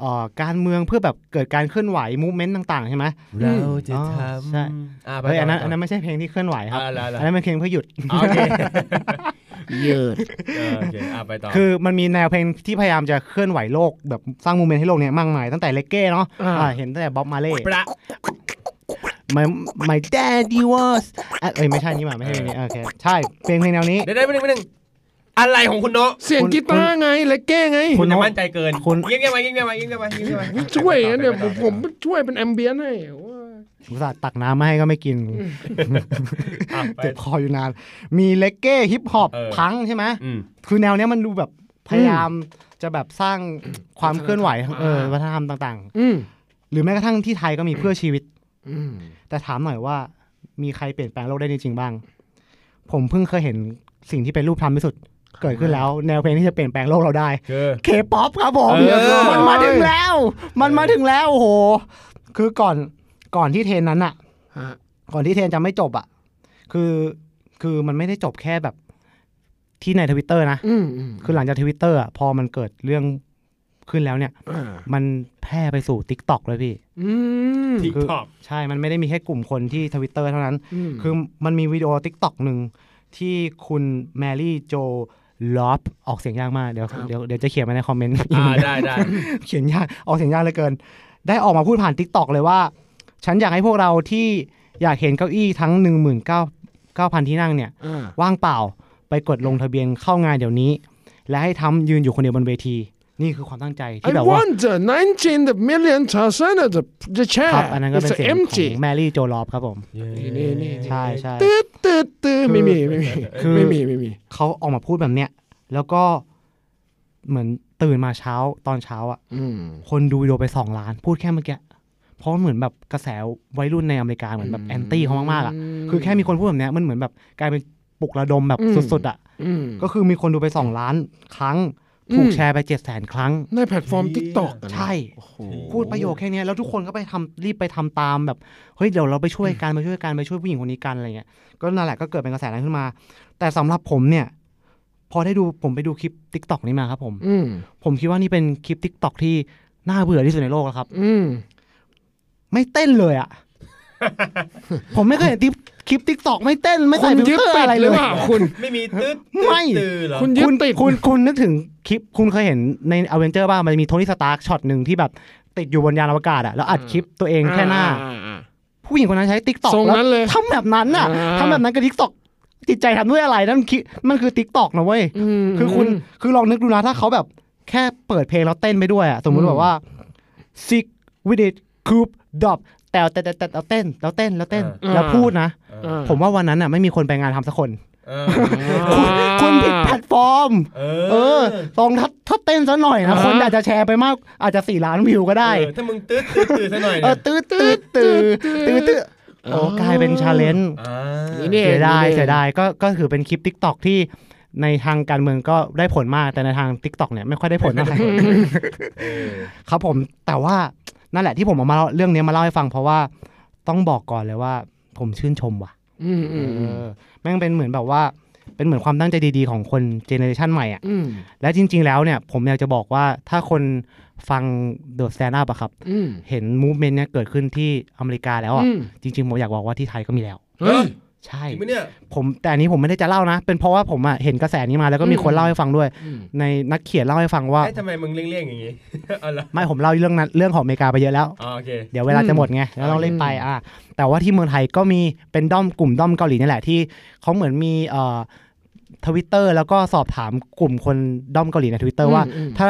Speaker 4: เอ่อการเมืองเพื่อแบบเกิดการเคลื่อนไหวมูเมนต์ต่าง ๆ ใช่ไหม
Speaker 3: เราจะท
Speaker 4: อ๋อ
Speaker 3: ำ
Speaker 4: ใช่
Speaker 3: อ่าไป
Speaker 4: เฮ้ยอันนั้น
Speaker 3: ต่
Speaker 4: อันนั้นไม่ใช่เพลงที่เคลื่อนไหวค
Speaker 3: อ่า
Speaker 4: รับ
Speaker 3: แล้วแล้
Speaker 4: อั
Speaker 3: วน
Speaker 4: นั้นเป็นเพลงเพื่อหยุด
Speaker 3: โอเค
Speaker 4: [LAUGHS]
Speaker 1: เยิด
Speaker 3: เออโอเคอ่าไปต่อ
Speaker 4: คือมันมีแนวเพลงที่พยายามจะเคลื่อนไหวโลกแบบสร้างมูเมนต์ให้โลกเนี้ยมากมายตั้งแต่เลกเก้เนาะอ่าเห็นตั้งแต่บ๊อบมาเล่
Speaker 3: ประ
Speaker 4: my my daddy was อ่ะเอ้ยไม่ใช่นี่หว่าไม่ใช่เพลงนี้โอเคใช่เพลงเพลงแนวนี้
Speaker 3: เดี๋ยวได้ไม่หนึ่งไม่หนึ่งอะไรของคุณโนะ
Speaker 1: เสียง
Speaker 4: คุณ
Speaker 1: กีตาร์ไงและแก้ไง
Speaker 4: คุ
Speaker 3: คุณ
Speaker 4: ณ
Speaker 3: จะ
Speaker 4: โนะ
Speaker 3: มั่นใจเกิน
Speaker 4: คุณ
Speaker 3: ยิ่งเงี้ยบไปยิ่งเงี้ยบไปยิ่งเงี้ยบไปยิ่งเงี้ยบไป
Speaker 1: ช่วยนะเนี่ย
Speaker 3: ไป
Speaker 1: ผ
Speaker 3: ต่อ
Speaker 1: ม
Speaker 3: ไป
Speaker 1: ผ
Speaker 3: ต่อ
Speaker 1: มช่วยเป็นแอมเบียนให้โอ้ย
Speaker 4: อุตส่าห์ตักน้ำมาให้ก็ไม่กิน
Speaker 3: อ่ะไป
Speaker 4: เจ็บคออยู่นาน มีเลกเก้ฮิปฮอป
Speaker 3: เออ
Speaker 4: พังใช่ไหม
Speaker 3: อืม
Speaker 4: คือแนวเนี้ยมันดูแบบพยายามจะแบบสร้างความเคลื่อนไหวเออวัฒนธรรมต่าง
Speaker 1: อืม
Speaker 4: ๆ หรือแม้กระทั่งที่ไทยก็มีเพื่อชีวิต
Speaker 1: อืม
Speaker 4: แต่ถามหน่อยว่ามีใครเปลี่ยนแปลงโลกได้จริงๆบ้าง ผมเพิ่งเคยเห็นสิ่งที่เป็นรูปธรรมที่สุด เกิดขึ้นแล้ว แนวเพลงที่จะเปลี่ยนแปลงโลกเราได้
Speaker 3: คือ
Speaker 4: เคป๊อปครับผม
Speaker 3: เออ
Speaker 4: มันมาถึงแล้ว มันมาถึงแล้วโอ้โห คือก่อนก่อนที่เทรนนั้นอะ
Speaker 1: ฮะ
Speaker 4: ก่อนที่เทรนจะไม่จบอะคือคือมันไม่ได้จบแค่แบบที่ในทวิตเตอร์นะ
Speaker 1: อืมอืม
Speaker 4: คือหลังจากทวิตเตอร์อะพอมันเกิดเรื่องขึ้นแล้วเนี่ย
Speaker 1: อ่า
Speaker 4: มันแพร่ไปสู่ t ิ k t o k เลยพี่
Speaker 1: อืม
Speaker 3: ทิก
Speaker 4: คือ
Speaker 3: ทอก
Speaker 4: ใช่ มันไม่ได้มีแค่กลุ่มคนที่ทวิตเตอร์เท่านั้น
Speaker 1: ม
Speaker 4: คือมันมีวิดีโอ t ิ k t o k หนึ่งที่คุณแมรี่โจลอปออกเสียงยากมาก เดี๋ยวเดี๋ยวเดี๋ยวจะเขียนมาในคอมเมนต์
Speaker 3: อ่าได้ได้
Speaker 4: [LAUGHS] เขียนยากออกเสียงยากเหลือเกิน ได้ออกมาพูดผ่าน t ิ k t o k เลยว่า ฉันอยากให้พวกเราที่อยากเห็นเก้าอี้ทั้ง 1 9 9 0 0 ที่นั่งเนี่ย
Speaker 1: อ่า
Speaker 4: ว่างเปล่าไปกดลงทะเบียนเข้างานเดี๋ยวนี้ และให้ทำยืนอยู่คนเดียวบนเวที นี่คือความตั้งใจ
Speaker 1: ไอ้
Speaker 4: ที่แบบว่า
Speaker 1: wonder 19 the million thousand of the the
Speaker 4: ครับ
Speaker 1: chair
Speaker 4: อันนั้นก็เป็นเสียง
Speaker 1: It's
Speaker 4: ข
Speaker 1: empty
Speaker 4: องแมรี่โจลอปครับผม
Speaker 1: นี่นี่นี่
Speaker 4: ใช่ใช่
Speaker 1: ตืดตืดตืดไม่มีไม่มี
Speaker 4: คือ
Speaker 1: ไม่มีไม่มี
Speaker 4: เขาออกมาพูดแบบเนี้ยแล้วก็เหมือนตื่นมาเช้าตอนเช้าอ่ะ
Speaker 1: อืม
Speaker 4: คนดูวิดีโอไป 2 ล้าน พูดแค่เมื่อกี้เพราะเหมือนแบบกระแสวัยรุ่นในอเมริกาเหมือนแบบแอนตี้เขามากๆอ่ะคือแค่มีคนพูดแบบเนี้ยมันเหมือนแบบกลายเป็นปลุกระดมแบบ
Speaker 1: อืม
Speaker 4: สุดๆอ่ะ
Speaker 1: อืม
Speaker 4: ก็คือมีคนดูไป 2 ล้านครั้ง ถูก
Speaker 1: อืม
Speaker 4: แชร์ไป 7 0 0 0 0 0 ครั้ง
Speaker 1: ในแพลตฟอร์ม TikTok อะนะ
Speaker 4: ใช่
Speaker 1: โอ้โห
Speaker 4: พูดประโยคแค่เนี้ยแล้วทุกคนก็ไปทำรีบไปทำตามแบบเฮ้ยเดี๋ยวเราไปช่วยกันไปช่วยกันไปช่วยผู้หญิงคนนี้กันอะไรเงี้ยก็นั่นแหละก็เกิดเป็นกระแสนั้นขึ้นมา แต่สำหรับผมเนี่ย พอได้ดูผมไปดูคลิป t ิ k t o k นี้มาครับผม
Speaker 1: อืม
Speaker 4: ผมคิดว่านี่เป็นคลิป t ิ k t o k ที่น่าเบื่อที่สุดในโลกแล้วครับ
Speaker 1: อืม
Speaker 4: ไม่เต้นเลยอะ
Speaker 1: [LAUGHS]
Speaker 4: ผมไม่เคยเห็นคลิป t ิ k t o k ไม่เต้นไม่
Speaker 1: คุ
Speaker 4: ใส่
Speaker 1: ณ
Speaker 4: ฟิล
Speaker 1: ยึด
Speaker 4: เตอร์
Speaker 1: ติด
Speaker 4: อะไร
Speaker 1: ห
Speaker 4: เล
Speaker 1: รือย เปล่าคุณ
Speaker 3: ไม่มีตืด
Speaker 4: ไม่
Speaker 3: ตืดเหรอ
Speaker 1: คุณยึด
Speaker 4: คุณ
Speaker 1: ติด
Speaker 4: คุณคุณนึกถึงคลิปคุณเคยเห็นในอเวนเจอร์บ้างมันมีโทนี่สตาร์ช็อตหนึ่งที่แบบติดอยู่บนยานอวกาศอะแล้วอัดคลิปตัวเองแค่หน้า ผู้หญิงคนนั้นใช้ติ๊กต็อก
Speaker 1: ทรง
Speaker 4: แล้ว
Speaker 1: นั้นเลย
Speaker 4: ทำแบบนั้นน่ะ
Speaker 1: อ่า
Speaker 4: ทำแบบนั้นกับติ๊กต็อกจิตใจทำด้วยอะไรนั่นคิดมันคือติ๊กต็อกนะเว้ย
Speaker 1: ม
Speaker 4: คือคุณคือลองนึกดูนะถ้าเขาแบบแค่เปิดเพลงแล้วเต้นไปด้วยอ่ะสมมุติ
Speaker 1: อืม
Speaker 4: แบบว่า sick with it coop drop แต่แต่แต่แต่แล้วเต้นแล้วเต้นแล้วเต้น
Speaker 1: อ่า
Speaker 4: แล้วพูดนะ
Speaker 1: อ่า
Speaker 4: ผมว่าวันนั้นน่ะไม่มีคนไปงานทำสักคน
Speaker 3: เออ
Speaker 4: คุณคุณผิดแพลตฟอร์ม
Speaker 3: เอ
Speaker 4: เออลองถ้าถ้าเต้นซะหน่อยนะคนอาจจะแชร์ไปมากอาจจะสี่ล้านวิวก็ได้
Speaker 3: เออถ้ามึงตืดตืดตืดซะหน่อย
Speaker 4: เอ
Speaker 3: เนี่
Speaker 4: อย ตื้อตื้อตื้อตื้อตื้อโอ้กลายเป็นชาเลนจ
Speaker 3: อ่า
Speaker 1: นี่นี่
Speaker 4: เสียดาย
Speaker 1: นี่นี่
Speaker 4: เสียดายก็ก็ถือเป็นคลิป t ิ k t o k ที่ในทางการเมืองก็ได้ผลมากแต่ในทาง t ิ k t o k เนี่ยไม่ค่อยได้ผลเท่าไหร่
Speaker 3: เออ
Speaker 4: ครับผมแต่ว่านั่นแหละที่ผมเอามาเล่าเรื่องนี้มาเล่าให้ฟังเพราะว่าต้องบอกก่อนเลยว่า ผมชื่นชมว่ะ
Speaker 1: อืมอืมอืม
Speaker 4: เออแม่งเป็นเหมือนแบบว่าเป็นเหมือนความตั้งใจดีๆของคนเจเนอเรชันใหม่อ่ะ
Speaker 1: อืม
Speaker 4: และจริง ๆ แล้วเนี่ยผมอยากจะบอกว่าถ้าคนฟัง The Stand Up อะครับ
Speaker 1: อืม
Speaker 4: เห็นมูฟเมนต์เนี่ยเกิดขึ้นที่อเมริกาแล้วอ่ะ
Speaker 1: อืม
Speaker 4: จริง ๆ ผมอยากบอกว่าที่ไทยก็มีแล้ว
Speaker 1: เฮ้ย
Speaker 4: ใช่
Speaker 3: จริงปะเนี่ย
Speaker 4: ผมแต่อันนี้ผมไม่ได้จะเล่านะ เป็นเพราะว่าผมอะเห็นกระแสนี้มาแล้วก็มี
Speaker 1: อืม
Speaker 4: คนเล่าให้ฟังด้วย
Speaker 1: อืม
Speaker 4: ในนักเขียนเล่าให้ฟังว่า
Speaker 3: เอ้ยทำไมมึงเลี่ยงๆอย่างงี้ เอาละ
Speaker 4: ไม่ผมเล่าเรื่องนั้นเรื่องของอเมริกาไปเยอะแล้ว
Speaker 3: อ๋อโอเค
Speaker 4: เดี๋ยวเวลาจะหมดไงแล้วเราเล่นไปอ่ะแต่ว่าที่เมืองไทยก็มีเป็นด้อมกลุ่มด้อมเกาหลีนี่แหละที่เขาเหมือนมีเอ่อทวิตเตอร์แล้วก็สอบถามกลุ่มคนด้อมเกาหลีในทวิตเตอร์ว่า
Speaker 1: อืม
Speaker 4: ถ้า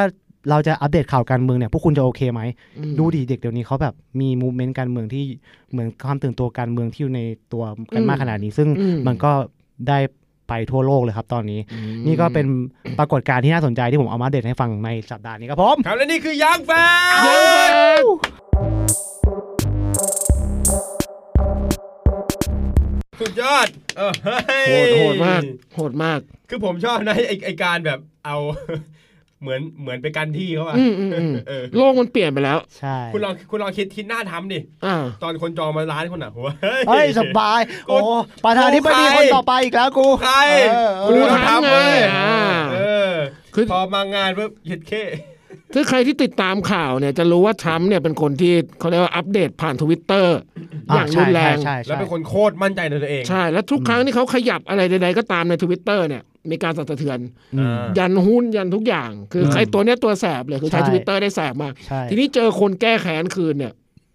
Speaker 4: เราจะอัปเดตข่าวการเมืองเนี่ยพวกคุณจะโอเคไหม
Speaker 1: อืม
Speaker 4: ดูดิเด็กเดี๋ยวนี้เขาแบบมีมูเมนต์การเมืองที่เหมือนความตื่นตัวการเมืองที่อยู่ในตัวกันมากขนาดนี้ ซึ่ง
Speaker 1: อืม
Speaker 4: มันก็ได้ไปทั่วโลกเลยครับตอนนี้
Speaker 1: อืม
Speaker 4: นี่ก็เป็นปรากฏการณ์ที่น่าสนใจที่ผมเอามาอัปเดตให้ฟังในสัปดาห์นี้ครับผม
Speaker 3: ครับและนี่คือยางแฟนสุดยอดเออเฮ้ย
Speaker 1: โหดโหดมาก โหดมาก
Speaker 3: คือผมชอบนะไอไอการแบบเอา [LAUGHS] เหมือนเหมือนไปกันที่เขาอะ
Speaker 1: อืมอืมอืม
Speaker 3: เออ
Speaker 1: โลกมันเปลี่ยนไปแล้ว
Speaker 4: ใช่
Speaker 3: คุณลองคุณลองคิดคิดหน้าทำดิ
Speaker 1: อ่า
Speaker 3: ตอนคนจองมาร้านคุณอะ
Speaker 4: เฮ้ยสบาย
Speaker 1: [LAUGHS]
Speaker 4: โอ้ประธานที่ไม่ดีคนต่อไปอีกแล้วกู
Speaker 3: ใคร
Speaker 4: เออเออ
Speaker 1: กู
Speaker 3: รู้แล้วทำ
Speaker 1: ทำไง
Speaker 3: เลย
Speaker 1: อ่า
Speaker 3: เออ
Speaker 1: คือ
Speaker 3: พอมางานปุ๊บเหย็ดเข้
Speaker 1: ถ้าใครที่ติดตามข่าวเนี่ยจะรู้ว่าทรัมป์เนี่ยเป็นคนที่เขาเรียกว่าอัปเดตผ่านทวิตเตอร์
Speaker 4: อ่ะ
Speaker 1: อย่างรุนแรง
Speaker 4: ใช่
Speaker 3: แล้ว
Speaker 4: ใช่
Speaker 3: เป็น
Speaker 4: ใช่
Speaker 3: คนโคตรมั่นใจในตัวเอง
Speaker 1: ใช่ แล้วทุกครั้งที่เขาขยับอะไรใดๆก็ตามในทวิตเตอร์เนี่ยมีการสั่นสะเทือน
Speaker 4: อืม
Speaker 1: ยันหุ้นยันทุกอย่าง คืออ
Speaker 4: ม
Speaker 1: ใครตัวเนี้ยตัวแสบเลยคือใช้
Speaker 4: ใช่
Speaker 1: ทวิตเตอร์ได้แสบมาก
Speaker 4: ใช่
Speaker 1: ทีนี้เจอคนแก้แค้นคืนเนี่ย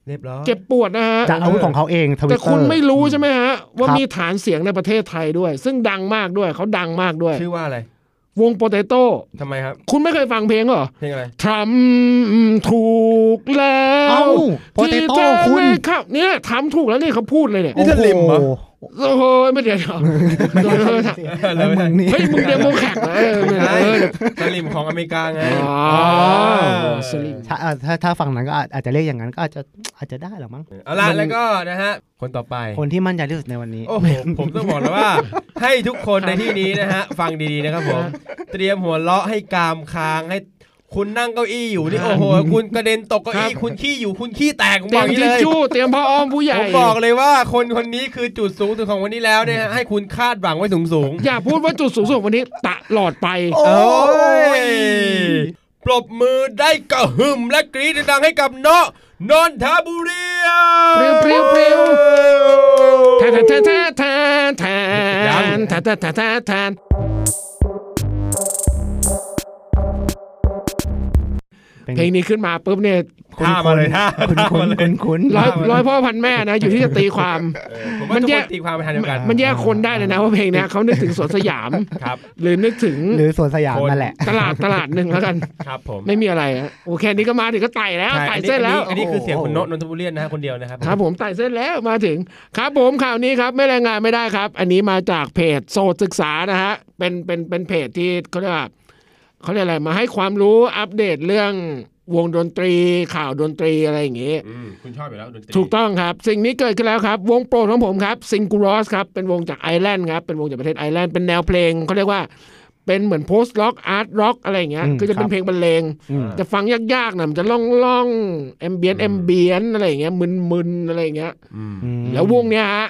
Speaker 3: เรียบร้อย
Speaker 1: เจ็บปวดนะฮะ
Speaker 4: จากอาวุธของเขาเองทวิตเตอ
Speaker 1: แต่
Speaker 4: ร์
Speaker 1: คุณไม่รู้ใช่ไหมฮะ ว่า
Speaker 4: ครับ
Speaker 1: มีฐานเสียงในประเทศไทยด้วย ซึ่งดังมากด้วยเขาดังมากด้วย
Speaker 3: ชื่อว่าอะไร
Speaker 1: วงโปเตโต้
Speaker 3: ทำไมครับ
Speaker 1: คุณไม่เคยฟังเพลงเหรอ
Speaker 3: เพลงอะไร
Speaker 1: ทำถูกแล้
Speaker 4: เอ้าว โปเตโต้
Speaker 1: ที่จะ
Speaker 4: คุณ
Speaker 1: ไม่เข้าเนี่ยทำถูกแล้วนี่เขาพูดเลยเนี่ย
Speaker 3: นี่จะลิมเหรอ
Speaker 4: โอ้โห
Speaker 1: โอ้โหไม่เดี๋ยวเดี๋ยว
Speaker 4: ไม่ใช่แล้วมึงนี่
Speaker 1: เฮ้ยมึงเดโมแขกเหรอเออไม่
Speaker 3: ใช่
Speaker 1: เออ
Speaker 3: สลิมของอเมริกาไง
Speaker 1: อ๋อ
Speaker 3: เออ
Speaker 1: สลิม
Speaker 4: ถ้าอ่าถ้าถ้าฝั่งนั้นก็อาจอาจจะเรียกอย่างนั้นก็อาจจะอาจจะได้หรอมั้ง
Speaker 3: เอาละแล้วก็นะฮะ คนต่อไป
Speaker 4: คนที่มั่นใจที่สุดในวันนี้
Speaker 3: โอ้โห ผมต้องบอกเลยว่า ให้ทุกคนในที่นี้นะฮะ ฟังดีๆนะครับผม เตรียมหัวเราะให้กามค้างให้คุณนั่งเก้าอี้อยู่นี่โอ้โห คุณกระเด็นตกเก้าอี้
Speaker 1: ครับ
Speaker 3: คุณขี้อยู่คุณขี้แตกผม
Speaker 1: เตรี
Speaker 3: บอย ก
Speaker 1: ม
Speaker 3: อ
Speaker 1: ทิช
Speaker 3: ย่างนี้เลย
Speaker 1: ชู่เตรียมผ้าอ้อมผู้ใหญ่
Speaker 3: ผมบอกเลยว่าคนคนนี้คือจุดสูงสุดของวันนี้แล้วเนี่ยฮะให้คุณคาดหวังไว้สูงสูงๆ
Speaker 1: อย่าพูดว่าจุดสูงสุดวันนี้ตะหลอดไป
Speaker 4: โอ้ย
Speaker 3: โอ้ยปรบมือได้กระหึ่มและกรี๊ดดังๆให้กับเนาะนนทบุรี
Speaker 1: เปรี้ยวๆๆ แทนแทนแทนแทนแทนแทนแทนแทนแทนแทนเพลงนี้ขึ้นมาปุ๊บเนี่ย
Speaker 3: ท่ามาเลยท่า
Speaker 4: คุณ
Speaker 3: ท่า
Speaker 4: คุ
Speaker 3: มา
Speaker 4: ณ
Speaker 3: เลย
Speaker 4: คุณคุณ
Speaker 1: ร้อยร้อยพ่อพันแม่นะ อยู่ที่จะตีความ
Speaker 3: เออผมว่า
Speaker 1: มั
Speaker 3: ทุก
Speaker 1: นแย
Speaker 3: ค
Speaker 1: ก
Speaker 3: นตีความไปทางเดียวกัน
Speaker 1: มันแยกคนได้เลยนะว่าเพลงเนี้ยเขานึกถึงสวนสยาม
Speaker 3: ครับ
Speaker 1: หรือนึกถึง
Speaker 4: หรือสวนสยามนั่นแหละ
Speaker 1: ตลาดตลาดหนึ่งแล้วกัน
Speaker 3: ครับผม
Speaker 1: ไม่มีอะไรอะโอเคนี้ก็มาถึงก็ไต่แล้ว
Speaker 3: ใช่
Speaker 1: ไต่
Speaker 3: อันนี้
Speaker 1: เส้นแล้ว
Speaker 3: อันนี้อันนี้คือเสียงคุณเนาะนนทบุรีนะฮะคนเดียวนะครับ
Speaker 1: ครับผมไต่เส้นแล้วมาถึง ครับผมข่าวนี้ครับไม่รายงานไม่ได้ครับ อันนี้มาจากเพจโสดศึกษานะฮะเป็นเป็นเป็นเพจที่เขาเรียกว่าเขาเรียกอะไรมาให้ความรู้อัปเดตเรื่องวงดนตรีข่าวดนตรีอะไรอย่างงี้
Speaker 3: อืมคุณชอบอยู่แล้วดนตรี
Speaker 1: ถูกต้องครับ สิ่งนี้เกิดขึ้นแล้วครับ วงโปรดของผมครับซิงคูรอสครับเป็นวงจากไอร์แลนด์ครับเป็นวงจากประเทศไอร์แลนด์เป็นแนวเพลงเขาเรียกว่าเป็นเหมือนโพสต์ร็อกอาร์ตร็อกอะไรอย่างเงี้ย
Speaker 4: อืม
Speaker 1: คือจะเป็น
Speaker 4: ครับ
Speaker 1: เพลงบรรเลง
Speaker 4: อืม
Speaker 1: จะฟังยากๆหน่อยมันจะล่องล่องแอมเบียนแอมเบียนอะไรอย่างเงี้ยมึนๆอะไรอย่างเงี้ย
Speaker 3: อืม
Speaker 1: แล้ววงเนี้ยฮะ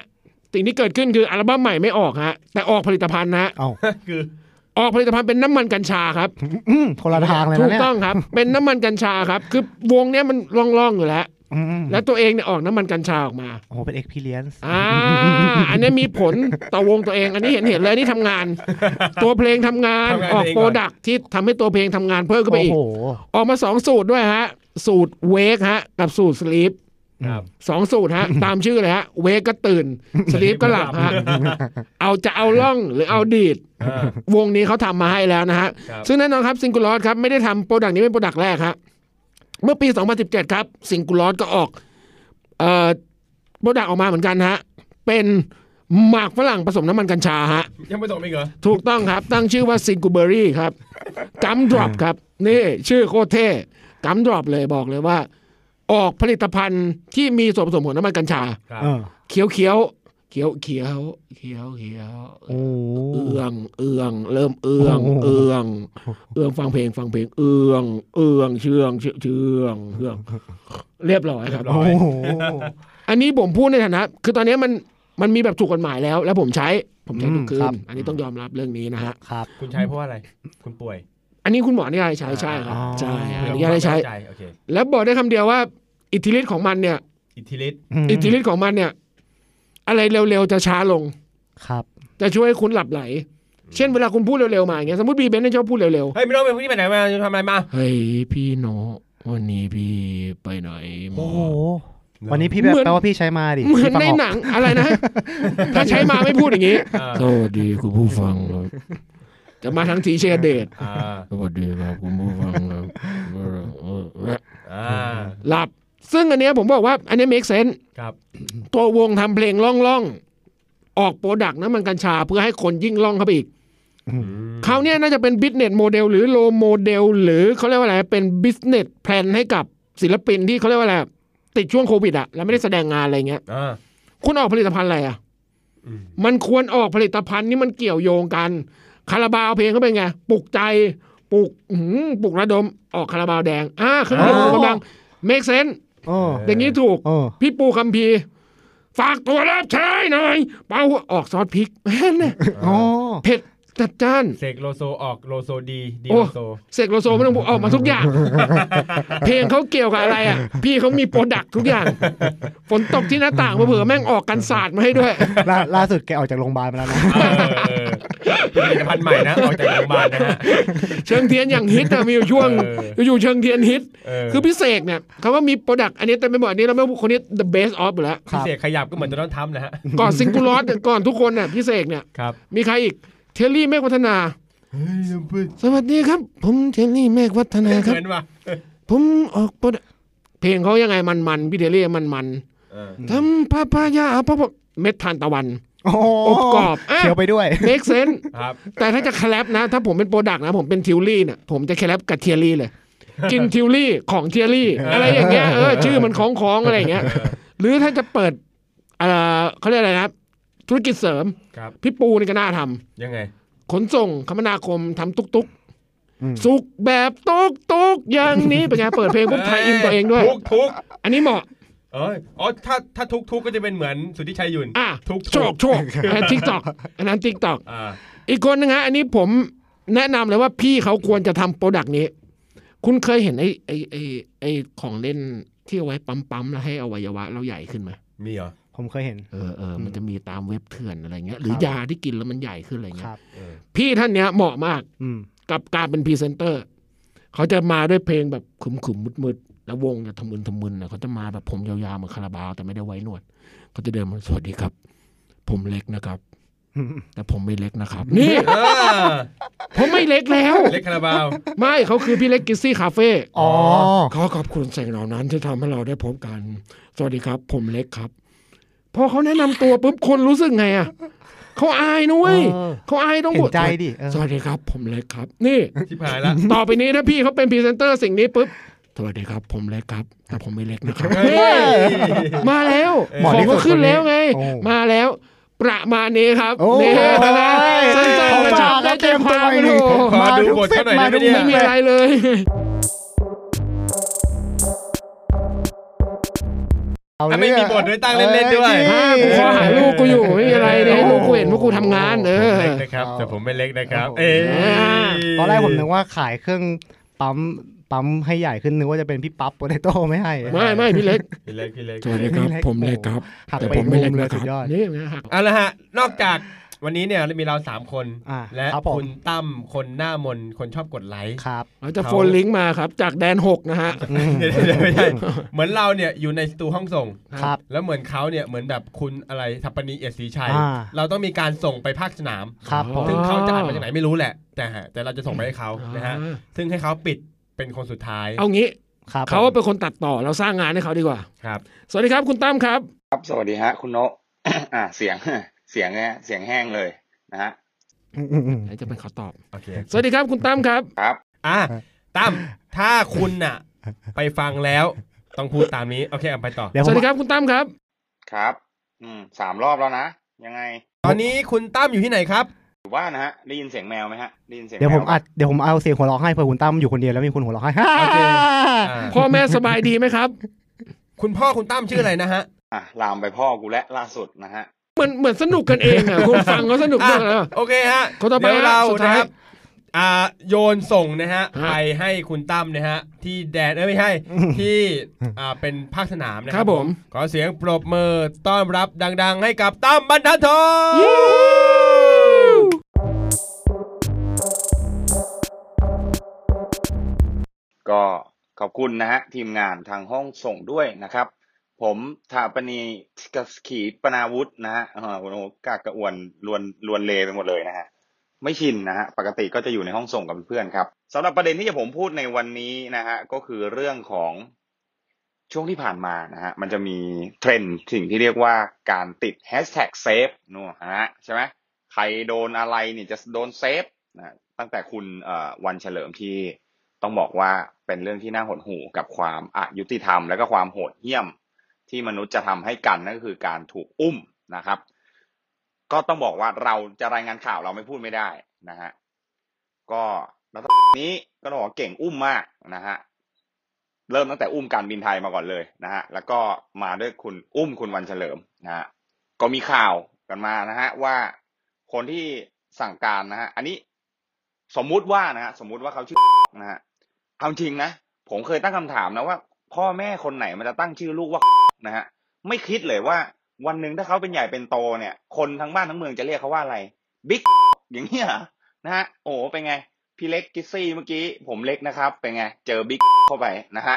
Speaker 1: สิ่งที่เกิดขึ้นคืออัลบั้มใหม่ไม่ออกฮะแต่ออกผลิตภัณฑ์นะฮะ
Speaker 4: เอ้า
Speaker 3: คือ
Speaker 1: ออกผลิตภัณฑ์เป็นน้ำมันกัญชาครับ
Speaker 4: อืมคนละทางเลย
Speaker 1: ถู
Speaker 4: นะ
Speaker 1: ก
Speaker 4: เนี่ย
Speaker 1: ต้องครับ เป็นน้ำมันกัญชาครับ คือวงเนี้ยมันล่องๆอยู่แล้ว
Speaker 4: อืม
Speaker 1: แล้วตัวเองเนี่ยออกน้ำมันกัญชาออกมา
Speaker 4: โอ้โหเป็น experience [LAUGHS]
Speaker 1: อ่าอันเนี้ยมีผลต่อวงตัวเอง อันนี้เห็นเห็นเลยนี่ทำงาน
Speaker 4: [LAUGHS]
Speaker 1: ตัวเพลงทำงาน
Speaker 3: ทำงาน
Speaker 1: ออก
Speaker 3: เองก่
Speaker 1: โปร
Speaker 3: อน
Speaker 1: ดักที่ทำให้ตัวเพลงทำงานเพิ่มขึ้นไป
Speaker 4: โอ้
Speaker 1: อีก
Speaker 4: โห
Speaker 1: ออกมาสองสูตรด้วยฮะสูตรเวกฮะกับสูตรสลีป
Speaker 3: ครับ
Speaker 1: สองสูตร
Speaker 3: [LAUGHS]
Speaker 1: ฮะ ตามชื่อเลยฮะเวกก็ตื่นสลีปก็หลับฮะ เอาจะเอาล่องหรือเอาดีด
Speaker 3: อ่า
Speaker 1: วงนี้เขาทำมาให้แล้วนะฮะ
Speaker 3: ครับ
Speaker 1: ซึ่งแน่นอนครับซิงคูลอสครับ ไม่ได้ทำโปรดักต์นี้เป็นโปรดักต์แรกครับเมื่อปี 2017 ครับซิงคูลอสก็ออกเอ่อโปรดักต์ออกมาเหมือนกันฮะ เป็นหมากฝรั่งผสมน้ำมันกัญชาฮะ
Speaker 3: ยังไม่จบอีกเหรอ
Speaker 1: ถูกต้องครับ ตั้งชื่อว่าซิงคูเบอรี่ครับกัมดรอปครับ นี่ชื่อโคตรเท่กัมดรอปเลยบอกเลยว่า ออกผลิตภัณฑ์ที่มีส่วนผสมของน้ำมันกัญชา
Speaker 3: ครับ
Speaker 4: เออ
Speaker 1: เขียวเขียวเขียวเขียวเขียวเขียว
Speaker 4: โอ้โห
Speaker 1: เอืองเอืองเริ่มเอือง
Speaker 4: โอ้โห
Speaker 1: เอืองเอืองฟังเพลงฟังเพลงเอืองเอืองเชื่องเชื่องเชื่องเชื่องเรียบร้อยครับ
Speaker 3: เรียบร้ย
Speaker 4: โอ้โห
Speaker 1: อันนี้ผมพูดในฐานะคือตอนนี้มันมันมีแบบถูกกฎหมายแล้ว แล้วผมใช้ผมใช้ทุกคืนอันนี้ต้องยอมรับเรื่องนี้นะฮะ
Speaker 4: ครับ
Speaker 3: คุณใช้เพราะว่าอะไร คุณป่วย
Speaker 1: อันนี้คุณหมออนุญาตให้ใช้ใช่ครับ
Speaker 4: อ๋อ
Speaker 1: ใช่ฮะอ
Speaker 3: เผื่
Speaker 1: นุญาตให้ใช้
Speaker 3: ความเข้าจโอเค
Speaker 1: แล้วบอกได้คำเดียวว่าอิทธิฤทธิ์ของมันเนี่ย
Speaker 3: อิทธิฤทธิ์
Speaker 4: ม
Speaker 1: อิทธิฤทธิ์ของมันเนี่ย อะไรเร็วๆจะช้าลง
Speaker 4: ครับ
Speaker 1: จะช่วยให้คุณหลับไหล เช่นเวลาคุณพูดเร็วๆมาอย่างเงี้ยสมมติบีเบนเนี่ยชอบพูดเร็วๆ
Speaker 3: เฮ้ยไม่ต้องไปที่ไปไหนมาจะทำอะไรมา
Speaker 1: เฮ้ยพี่โนวันนี้พี่ไปไหนมา
Speaker 4: โอ้โห วันนี้พี่แบบแปลว่าพี่ใช้มาดิ
Speaker 1: เหมือน
Speaker 4: พี่ฟั
Speaker 1: ใน
Speaker 4: ก
Speaker 1: หนังอะไรนะ ถ้าใช้มาไม่พูด [LAUGHS] อย่างนี้
Speaker 3: อ่า
Speaker 1: สวัสดีคุณผู้ฟังครับจะมาทั้งทีเชเดต
Speaker 3: อ่า
Speaker 1: สวัสดีครับคุณผู้ฟังครับ
Speaker 3: อ่า
Speaker 1: [LAUGHS] หลับ ซึ่งอันเนี้ยผมบอกว่า อันเนี้ make sense
Speaker 3: ครับ
Speaker 1: ตัววงทำเพลงล่องล่องๆ ออกโปรดักต์น้ำมันกัญชาเพื่อให้คนยิ่งล่องเข้าไปอีก คราวเนี้ยน่าจะเป็นบิสเนสโมเดลหรือโลโมเดลหรือเขาเรียกว่าอะไรเป็นบิสเนสแพลนให้กับศิลปินที่เขาเรียกว่าอะไรติดช่วงโควิดอะแล้วไม่ได้แสดงงานอะไรเงี้ย
Speaker 3: อ่า
Speaker 1: คุณออกผลิตภัณฑ์อะไรอะ
Speaker 3: อืม
Speaker 1: มันควรออกผลิตภัณฑ์นี่มันเกี่ยวโยงกันคาราบาวเพลงก็เป็นไงปลุกใจปลุกอื้อหือปลุกระดมออกคาราบาวแดงอ่าเครื่องดื่มชูกำลังเมคเซน
Speaker 4: โอ้
Speaker 1: อย่างนี้ถูก
Speaker 4: โอ้
Speaker 1: พี่ปูคัมพีร์ฝากตัวรับใช้หน่อยเป้าออกซอสพริกแม่นเนี่ย
Speaker 4: อ๋อ
Speaker 1: เผ็ด จัดจ้าน
Speaker 3: เสกโลโซออกโลโซดีดี
Speaker 1: โอ้
Speaker 3: โลโซ
Speaker 1: เสกโลโซไม่ต้องพูดออกมาทุกอย่าง เพลงเขาเกี่ยวกับอะไรอ่ะ พี่เขามีโปรดักทุกอย่าง ฝนตกที่หน้าต่างเผื่อๆแม่งออกกันศาสตร์มาให้ด้วย
Speaker 4: ล่าล่าสุดแกออกจากโรงพยาบาลมาแล้วนะ
Speaker 3: เออเออเป็นผลิตภัณฑ์ใหม่นะออกจากโรงพยาบาลนะฮะ
Speaker 1: เชิงเทียนอย่างฮิตอะมีอยู่ช่วง
Speaker 3: เอออ
Speaker 1: อยู่ๆเชิงเทียนฮิต
Speaker 3: เออ
Speaker 1: คือพี่เสกเนี่ยเขาก็มีโปรดักต์อันนี้แต่ไม่บอกอันนี้เราไม่พูดคนนี้ the best of อยู่แล้ว
Speaker 3: พิเศษขยับก็เหมือนโดนัลด์ทรัมป์นะฮะ
Speaker 1: ก่อนซิงคูลอสก่อนทุกคนเนี่ยพี่เสกเนี่ย
Speaker 3: ครับ
Speaker 1: มีใครอีกเทลลี่เมฆวัฒนา สวัสดีครับ ผมเทลลี่เมฆวัฒนา
Speaker 3: เห
Speaker 1: ครับ
Speaker 3: มือนว่ะ
Speaker 1: ผมออกโปรดักต์เพลงเขายังไงมันๆพี่เทลลี่มัน
Speaker 3: เออ
Speaker 1: ๆทำปาปายาเพราะว่าเม็ดทานตะวัน
Speaker 4: โอ้โห
Speaker 1: อบกรอบอ่ะ
Speaker 4: เคี้ยวไปด้วย
Speaker 1: make sense
Speaker 3: ครับ
Speaker 1: แต่ถ้าจะแคลบนะ ถ้าผมเป็นโปรดักต์นะ ผมเป็นทิวลี่เนี่ยผมจะแคลบกับเทียรี่ [LAUGHS] เลย กินทิวลี่ของเทียรี่ อะไรอย่างเงี้ยเออชื่อมันของของอะไรอย่างเงี้ย หรือถ้าจะเปิดเออเขาเรียกอะไรนะ ธุรกิจเสริม
Speaker 3: ครับ
Speaker 1: พี่ปูนี่ก็น่าทำ
Speaker 3: ยังไง
Speaker 1: ขนส่งคมนาคมทำตุกตุก
Speaker 4: อืม
Speaker 1: สุกแบบตุกตุกอย่างนี้เป็นไงเปิดเพลงปุ๊บไทยอินตัวเองด้วย
Speaker 3: ทุกทุก
Speaker 1: อันนี้เหมาะ
Speaker 3: เอ้ยอ๋อถ้าถ้าทุกทุกก็จะเป็นเหมือนสุทธิชัยหยุ่น
Speaker 1: อ่ะ
Speaker 3: ทุก
Speaker 1: โชคโชคทิกตอกอันนั้นทิกตอก
Speaker 3: อ่า
Speaker 1: อีกคนนึงฮะอันนี้ผมแนะนำเลยว่าพี่เขาควรจะทำโปรดักต์นี้ คุณเคยเห็นไอ้ไอ้ไอ้ไอ้ของเล่นที่เอาไว้ปั๊มๆแล้วให้อวัยวะเราใหญ่ขึ้นไหม
Speaker 3: มีเหรอ
Speaker 4: ผมเคยเห็น
Speaker 1: เออเออมันจะมีตามเว็บเถื่อนอะไรเงี้ยหรือ
Speaker 4: ครับ
Speaker 1: ยาที่กินแล้วมันใหญ่ขึ้นอะไร
Speaker 4: ค
Speaker 1: เงี้
Speaker 4: รั
Speaker 1: ย
Speaker 4: บ
Speaker 3: เออ
Speaker 1: พี่ท่านเนี้ยเหมาะมาก
Speaker 4: อืม
Speaker 1: กับการเป็นพรีเซนเตอร์เขาจะมาด้วยเพลงแบบขุมขุมๆมืดๆแล้ววงจะทะมึนทะมึนนะเขาจะมาแบบผมยาวๆเหมือนคาราบาวแต่ไม่ได้ไว้หนวดเขาจะเดินมาสวัสดีครับ ผมเล็กนะครับ แต่ผมไม่เล็กนะครับ
Speaker 4: [LAUGHS]
Speaker 1: นี่
Speaker 3: เออ
Speaker 1: ผมไม่เล็กแล้ว
Speaker 3: เล็กคาราบาว
Speaker 1: ไม่เขาคือพี่เล็กกิซซี่คาเฟ่
Speaker 4: อ๋อ
Speaker 1: ขอขอบคุณสิ่งเหล่านั้นที่ทำให้เราได้พบกัน สวัสดีครับ ผมเล็กครับ พอเขาแนะนำตัวปุ๊บคนรู้สึกไงอ่ะเขาอายนุ้ย
Speaker 4: เออ
Speaker 1: เขาอายต้อง
Speaker 4: เห็
Speaker 1: บอก
Speaker 4: นใจดิเออ
Speaker 1: สวัสดีครับ ผมเล็กครับ นี่
Speaker 3: ชิบหายละ
Speaker 1: [LAUGHS] ต่อไปนี้ถ้าพี่เขาเป็นพรีเซนเตอร์สิ่งนี้ปุ๊บสวัสดีครับ ผมเล็กครับ แต่ผมไม่เล็กนะครับ
Speaker 3: เฮ้
Speaker 1: นี่
Speaker 3: ย
Speaker 1: มาแล้วข
Speaker 4: เห
Speaker 1: อ
Speaker 4: มาะ
Speaker 1: ง
Speaker 4: ที่สุ
Speaker 1: ก็
Speaker 4: ด
Speaker 1: ขึ้นแล้วไง
Speaker 4: โอ้
Speaker 1: มาแล้ว ประมาณนี้ครับ
Speaker 4: โอ้ย
Speaker 1: นี่นะสั้นๆกระชับและใจความ
Speaker 4: เข้ามาแล้วเตรียมตั
Speaker 1: โอ้โห
Speaker 3: ขอดูบ
Speaker 4: วอีกหนึ่ง
Speaker 3: ทเขาหน่อยได้ไหมเนี่ย
Speaker 1: ไม่มีอะไรเลย
Speaker 4: เอา
Speaker 3: ถ้าไม่มีบทด้วยตั้งเล่นๆด้วย
Speaker 4: เอ้
Speaker 1: ฮะ
Speaker 4: จ
Speaker 1: กู
Speaker 4: ริง
Speaker 1: ขอหาลูกกูอยู่ไม่มีอะไรเนี่ยให้ลูกกูเห็นว่ากูทำงานเอ
Speaker 3: ผ
Speaker 1: อ
Speaker 3: มเล็กนะครับ แต่ผมไม่เล็กนะครับ
Speaker 4: โอ้โห
Speaker 3: เอย
Speaker 4: ตอนแรกผมนึกว่าขายเครื่องปั๊มปั๊มให้ใหญ่ขึ้นนึกว่าจะเป็นพี่ปั๊บโปเตโต้ไม่ให้
Speaker 1: ไม่ไม่พี่เล็ก
Speaker 3: พี่เล็กพี่เล็ก
Speaker 1: สวัสดีครับ
Speaker 4: พี่เล็ก
Speaker 1: ผมเล็กครับ
Speaker 4: หัก
Speaker 1: แต่
Speaker 4: ไป
Speaker 1: ผมไม่เล็ก
Speaker 4: มุมเลย
Speaker 1: นะค
Speaker 4: สุ
Speaker 1: รับ
Speaker 4: ดยอด
Speaker 1: นี่นะหัก
Speaker 3: เอาละฮะ นอกจากวันนี้เนี่ยมีเราสามคน
Speaker 4: อ่า
Speaker 3: และ
Speaker 4: ครับผม
Speaker 3: คุณตั้มคนหน้ามนต์คนชอบกดไลค์
Speaker 4: ครับ
Speaker 1: เราจะ
Speaker 3: เขา
Speaker 1: โฟนลิงก์มาครับ จากแดนหกนะฮะ
Speaker 3: เดี๋ยวเดี๋ยวไม่ใช่เหมือนเราเนี่ยอยู่ในสตูห้องส่ง
Speaker 4: ครับ
Speaker 3: แล้วเหมือนเขาเนี่ยเหมือนแบบคุณอะไรทัปปนีเอยดศรีชัย
Speaker 4: อ่า
Speaker 3: เราต้องมีการส่งไปภาคสนาม
Speaker 4: ครับผม
Speaker 3: ซึ่งเขาจะอ่านมาจากไหนไม่รู้แหละ แต่ฮะแต่เราจะส่งไปให้เขานะฮะ
Speaker 1: อ่า
Speaker 3: ซึ่งให้เขาปิดเป็นคนสุดท้าย
Speaker 1: เอางี้
Speaker 4: ครับ
Speaker 1: เขาเป็นคนตัดต่อเราสร้างงานให้เขาดีกว่า
Speaker 3: ครับ
Speaker 1: สวัสดีครับคุณตั้มครับ
Speaker 5: ครับสวัสดีฮะ คุณโนะ [COUGHS] อ่าเสียง [COUGHS] เสียงเนี่ยเสียงแห้งเลยนะฮะ
Speaker 4: อืมอืมอืม
Speaker 1: ไหนจะเป็นเขาตอบ
Speaker 3: โอเค
Speaker 1: สวัสดีครับคุณตั้มครับ
Speaker 5: ครับ
Speaker 3: อ่ะตั้มถ้าคุณน่ะ ไปฟังแล้วต้องพูดตามนี้ โอเคเอาไปต่อ
Speaker 4: เดี๋ยว
Speaker 1: ส
Speaker 4: ผ
Speaker 1: วั
Speaker 4: ม
Speaker 1: สดีครับคุณตั้มครับ
Speaker 5: ครับ อืมสามรอบแล้วนะ ยังไง
Speaker 3: ตอนนี้คุณตั้มอยู่ที่ไหนครับ
Speaker 5: อยู่บ้านนะฮะ ได้ยินเสียงแมวไหมฮะ ได้ยินเสียง
Speaker 4: เดี๋ยวผม
Speaker 5: แปะ
Speaker 4: อัดเดี๋ยวผมเอาเสียงหัวเราะให้เผื่อคุณตั้มอยู่คนเดียวแล้วมีคนหัวเราะให้
Speaker 3: โอเค
Speaker 1: พ่อแม่สบายดีไหมครับ
Speaker 3: คุณพ่อคุณตั้มชื่ออะไรนะฮะ
Speaker 5: อ่ะลามไปพ่อกูและล่าสุดนะฮะ
Speaker 1: เหมือนเหมือนสนุกกันเองอ่ะคุณฟังเขาสนุกมากเลย
Speaker 3: โอเคฮะ
Speaker 1: คนต่อไป
Speaker 3: เดี๋ยวเรา
Speaker 1: สุด
Speaker 3: นะ
Speaker 1: ท้าย
Speaker 3: ครับอ่าโยนส่งนะฮะ
Speaker 1: ฮะ
Speaker 3: ไปให้คุณตั้มนะฮะ ที่แดนเอ้ยไม่ใช่ [LAUGHS] ที่อ่าเป็นภาคสนามนะค
Speaker 1: ครั
Speaker 3: รับบ
Speaker 1: ผม
Speaker 3: ขอเสียงปรบมือต้อนรับดัง ๆ ให้กับตั้มบรรทัดทอง
Speaker 5: ก็ขอบคุณนะฮะ ทีมงานทางห้องส่งด้วยนะครับ ผมถาปณีกสขีปนาวุฒินะฮะเออโอ้โหกากกระอวนลวนลวนเลไปหมดเลยนะฮะ ไม่ชินนะฮะ ปกติก็จะอยู่ในห้องส่งกับเพื่อนครับสำหรับประเด็นที่จะผมพูดในวันนี้นะฮะ ก็คือเรื่องของช่วงที่ผ่านมานะฮะ มันจะมีเทรนด์สิ่งที่เรียกว่าการติดแฮชแท็กเซฟนู่นนะฮะใช่ไหมใครโดนอะไรเนี่ยจะโดนเซฟนะตั้งแต่คุณเอ่อวันเฉลิมที่ ต้องบอกว่าเป็นเรื่องที่น่าหดหู่กับความอายุติธรรม และก็ความโหดเหี้ยม ที่มนุษย์จะทำให้กันนั่นก็คือการถูกอุ้มนะครับ ก็ต้องบอกว่าเราจะรายงานข่าวเราไม่พูดไม่ได้นะฮะก็รัฐบาลนี้ก็ต้องบอกว่าเก่งอุ้มมากนะฮะเริ่มตั้งแต่อุ้มการบินไทยมาก่อนเลยนะฮะแล้วก็มาด้วยคุณอุ้มคุณวันเฉลิมนะฮะก็มีข่าวกันมานะฮะว่าคนที่ สั่งการนะฮะ อันนี้สมมุติว่านะฮะสมมุติว่าเขาชื่อ นะฮะเอาจริงนะ ผมเคยตั้งคำถามนะว่า พ่อแม่คนไหนมันจะตั้งชื่อลูกว่า [LAUGHS] นะฮะ ไม่คิดเลยว่า วันหนึ่งถ้าเขาเป็นใหญ่เป็นโตเนี่ย คนทั้งบ้านทั้งเมืองจะเรียกเขาว่าอะไรบิ๊ก [LAUGHS] อย่างเงี้ยเหรอนะฮะโอ้โหเป็นไง พี่เล็กกิซซี่เมื่อกี้ผมเล็กนะครับ เป็นไง เจอบิ๊ก [LAUGHS] เข้าไปนะฮะ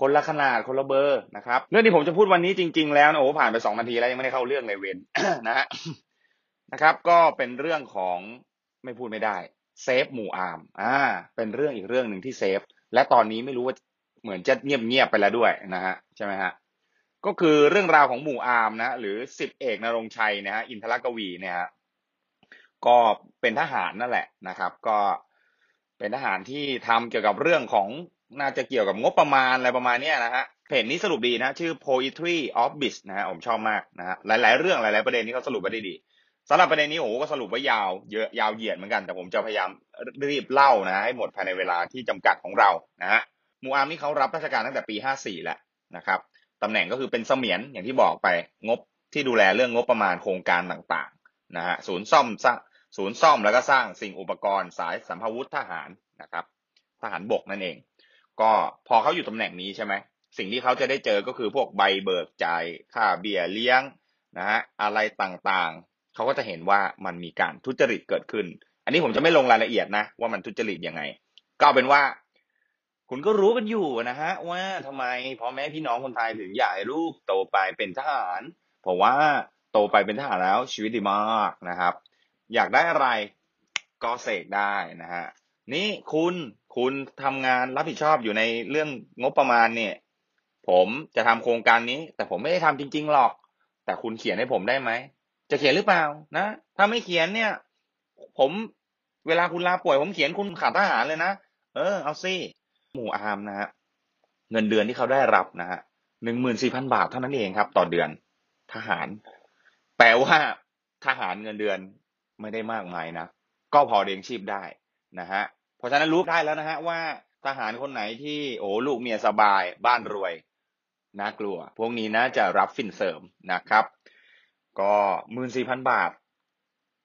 Speaker 5: คนละขนาดคนละเบอร์นะครับ เรื่องที่ผมจะพูดวันนี้จริง ๆ แล้วนะโอ้โหผ่านไปสองนาทีแล้วยังไม่ได้เข้าเรื่องเลยเวน [COUGHS] นะฮะ นะครับ ก็เป็นเรื่องของไม่พูดไม่ได้เซฟหมู่อาร์มอ่า เป็นเรื่องอีกเรื่องหนึ่งที่เซฟ และตอนนี้ไม่รู้ว่าเหมือนจะเงียบๆไปแล้วด้วยนะฮะใช่ไหมฮะก็คือเรื่องราวของหมู่อาร์มนะ หรือสิบเอกนรงชัยนะฮะอินทรกวีเนี่ยฮะก็เป็นทหารนั่นแหละนะครับ ก็เป็นทหารที่ทำเกี่ยวกับเรื่องของน่าจะเกี่ยวกับงบประมาณอะไรประมาณเนี้ยนะฮะเพจนี้สรุปดีนะ ชื่อ poetry of biz นะฮะผมชอบมากนะฮะหลาย ๆ เรื่องหลาย ๆ ประเด็นนี่เขาสรุปไว้ได้ดี สำหรับประเด็นนี้โอ้โหก็สรุปว่ายาวเยอะยาวเหยียดเหมือนกัน แต่ผมจะพยายามรีบเล่านะให้หมดภายในเวลาที่จำกัดของเรานะฮะมูอาร์มนี่เขารับราชการตั้งแต่ปี 54 แหละนะครับตำแหน่งก็คือเป็นเสมียนอย่างที่บอกไปงบที่ดูแลเรื่องงบประมาณโครงการต่างๆนะฮะศูนย์ซ่อมสร้างศูนย์ซ่อมแล้วก็สร้างสิ่งอุปกรณ์สายสัมภาวุธทหารนะครับทหารบกนั่นเอง ก็พอเขาอยู่ตำแหน่งนี้ใช่ไหมสิ่งที่เขาจะได้เจอก็คือพวกใบเบิกจ่ายค่าเบี้ยเลี้ยงนะฮะอะไรต่างๆ เขาก็จะเห็นว่ามันมีการทุจริตเกิดขึ้น อันนี้ผมจะไม่ลงรายละเอียดนะ ว่ามันทุจริตยังไง ก็เอาเป็นว่า คุณก็รู้กันอยู่นะฮะ ว่าทำไมพ่อแม่พี่น้องคนไทยถึงอยากให้ลูกโตไปเป็นทหาร เพราะว่าโตไปเป็นทหารแล้วชีวิตดีมากนะครับ อยากได้อะไรก็เสกได้นะฮะ นี่คุณคุณทำงานรับผิดชอบอยู่ในเรื่องงบประมาณเนี่ย ผมจะทำโครงการนี้ แต่ผมไม่ได้ทำจริง ๆ หรอก แต่คุณเขียนให้ผมได้ไหม จะเขียนหรือเปล่านะ ถ้าไม่เขียนเนี่ย ผมเวลาคุณลาป่วยผมเขียนคุณขาดทหารเลยนะ เออเอาซิหมู่อามนะฮะเงินเดือนที่เขาได้รับนะฮะหนึ่งหมื่นสี่พันบาทเท่านั้นเองครับ ต่อเดือนทหาร แปลว่าทหารเงินเดือนไม่ได้มากมายนะ ก็พอเลี้ยงชีพได้นะฮะเพราะฉะนั้นรู้ได้แล้วนะฮะว่าทหารคนไหนที่โอ้ลูกเมียสบายบ้านรวยน่ากลัว พวกนี้นะจะรับฟินเสริมนะครับ ก็หมื่นสี่พันบาท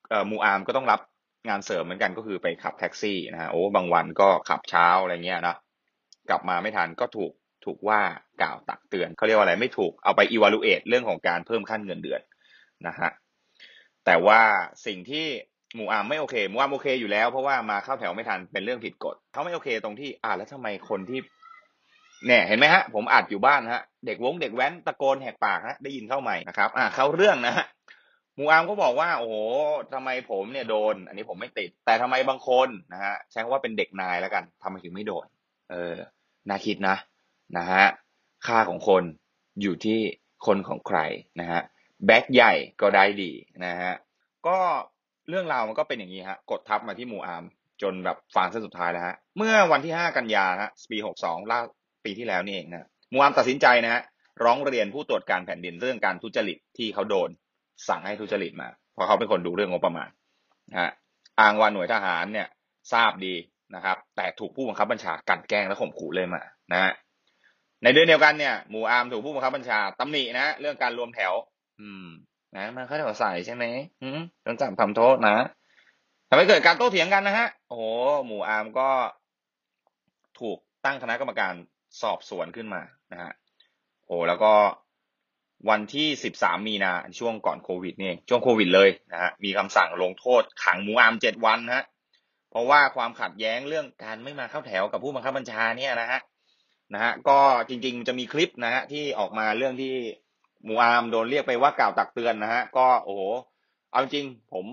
Speaker 5: เอ่อหมูอาร์มก็ต้องรับงานเสริมเหมือนกันก็คือไปขับแท็กซี่นะฮะโอ้บางวันก็ขับเช้าอะไรเงี้ยนะกลับมาไม่ทันก็ถูกถูกว่ากล่าวตักเตือนเขาเรียกว่าอะไรไม่ถูกเอาไป evaluate เรื่องของการเพิ่มขั้นเงินเดือนนะฮะแต่ว่าสิ่งที่หมูอามไม่โอเคหมูอามโอเคอยู่แล้วเพราะว่ามาเข้าแถวไม่ทันเป็นเรื่องผิดกฎเขาไม่โอเคตรงที่อ่าแล้วทำไมคนที่ เนี่ยเห็นไหมฮะผมอัดอยู่บ้านฮะเด็กวงเด็กแว้นตะโกนแหกปากฮะได้ยินเข้าใหม่นะครับอ่าเข้าเรื่องนะฮะหมูอามก็บอกว่า โอ้โหทำไมผมเนี่ยโดน อันนี้ผมไม่ติด แต่ทำไมบางคนนะฮะใช้คำว่าเป็นเด็กนายแล้วกันทำไมถึงไม่โดน เออน่าคิดนะนะฮะค่าของคนอยู่ที่คนของใครนะฮะแบ็คใหญ่ก็ได้ดีนะฮะก็เรื่องราวมันก็เป็นอย่างนี้ฮะกดทับมาที่หมูอามจนแบบฟางเส้นสุดท้ายแล้วฮะเมื่อวันที่ 5 กันยาฮะปี 62ล่า ปีที่แล้วนี่เองนะมูอามตัดสินใจนะฮะร้องเรียนผู้ตรวจการแผ่นดินเรื่องการทุจริตที่เขาโดน สั่งให้ทุจริตมา เพราะเขาเป็นคนดูเรื่องงบประมาณนะฮะอ้างว่าหน่วยทหารเนี่ยทราบดีนะครับ แต่ถูกผู้บังคับบัญชากันแกล้งและข่มขู่เลยมานะฮะในเดือนเดียวกันเนี่ยหมูอามถูกผู้บังคับบัญชาตำหนินะเรื่องการรวมแถว อืม นะมาเข้าแถวใส่ใช่ไหมอืมโดนจับทำโทษนะทำให้เกิดการโต้เถียงกันนะฮะโอ้โหหมู่อาร์มก็ถูกตั้งคณะกรรมการสอบสวนขึ้นมานะฮะโอ้โหแล้วก็วันที่ 13 มีนาช่วงก่อนโควิดนี่เองช่วงโควิดเลยนะฮะมีคำสั่งลงโทษขังหมูอาร์มเจ็ดวันนะฮะเพราะว่าความขัดแย้งเรื่องการไม่มาเข้าแถวกับผู้บังคับบัญชาเนี่ยนะฮะนะฮะก็จริงๆจะมีคลิปนะฮะที่ออกมาเรื่องที่ หมูอามโดนเรียกไปว่ากล่าวตักเตือนนะฮะ ก็โอ้โห เอาจริงๆผม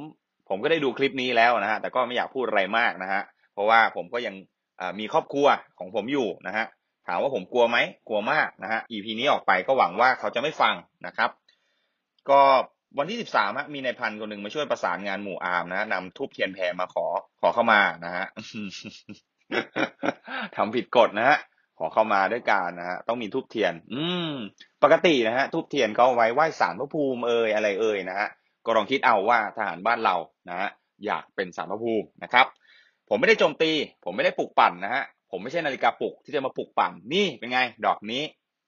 Speaker 5: ผมก็ได้ดูคลิปนี้แล้วนะฮะ แต่ก็ไม่อยากพูดอะไรมากนะฮะ เพราะว่าผมก็ยังเอ่อมีครอบครัวของผมอยู่นะฮะ ถามว่าผมกลัวไหมกลัวมากนะฮะ EP นี้ออกไปก็หวังว่าเขาจะไม่ฟังนะครับ ก็วันที่ 13ฮะมีนายพันคนหนึ่งมาช่วยประสานงานหมู่อามนะฮะนำทูบเทียนแพรมาขอขอเข้ามานะ [LAUGHS] ฮะ ทำผิดกฎนะฮะ ขอเข้ามาด้วยการนะฮะต้องมีทูบเทียน อืม ปกตินะฮะทูบเทียนเขาเอาไว้ไหว้สารพระภูมิเอ่ยอะไรเอ่ยนะฮะก็ลองคิดเอาว่าทหารบ้านเรานะฮะอยากเป็นสารพระภูมินะครับ ผมไม่ได้โจมตี ผมไม่ได้ปลุกปั่นนะฮะผมไม่ใช่นาฬิกาปลุกที่จะมาปลุกปั่นนี่เป็นไง ดอกนี้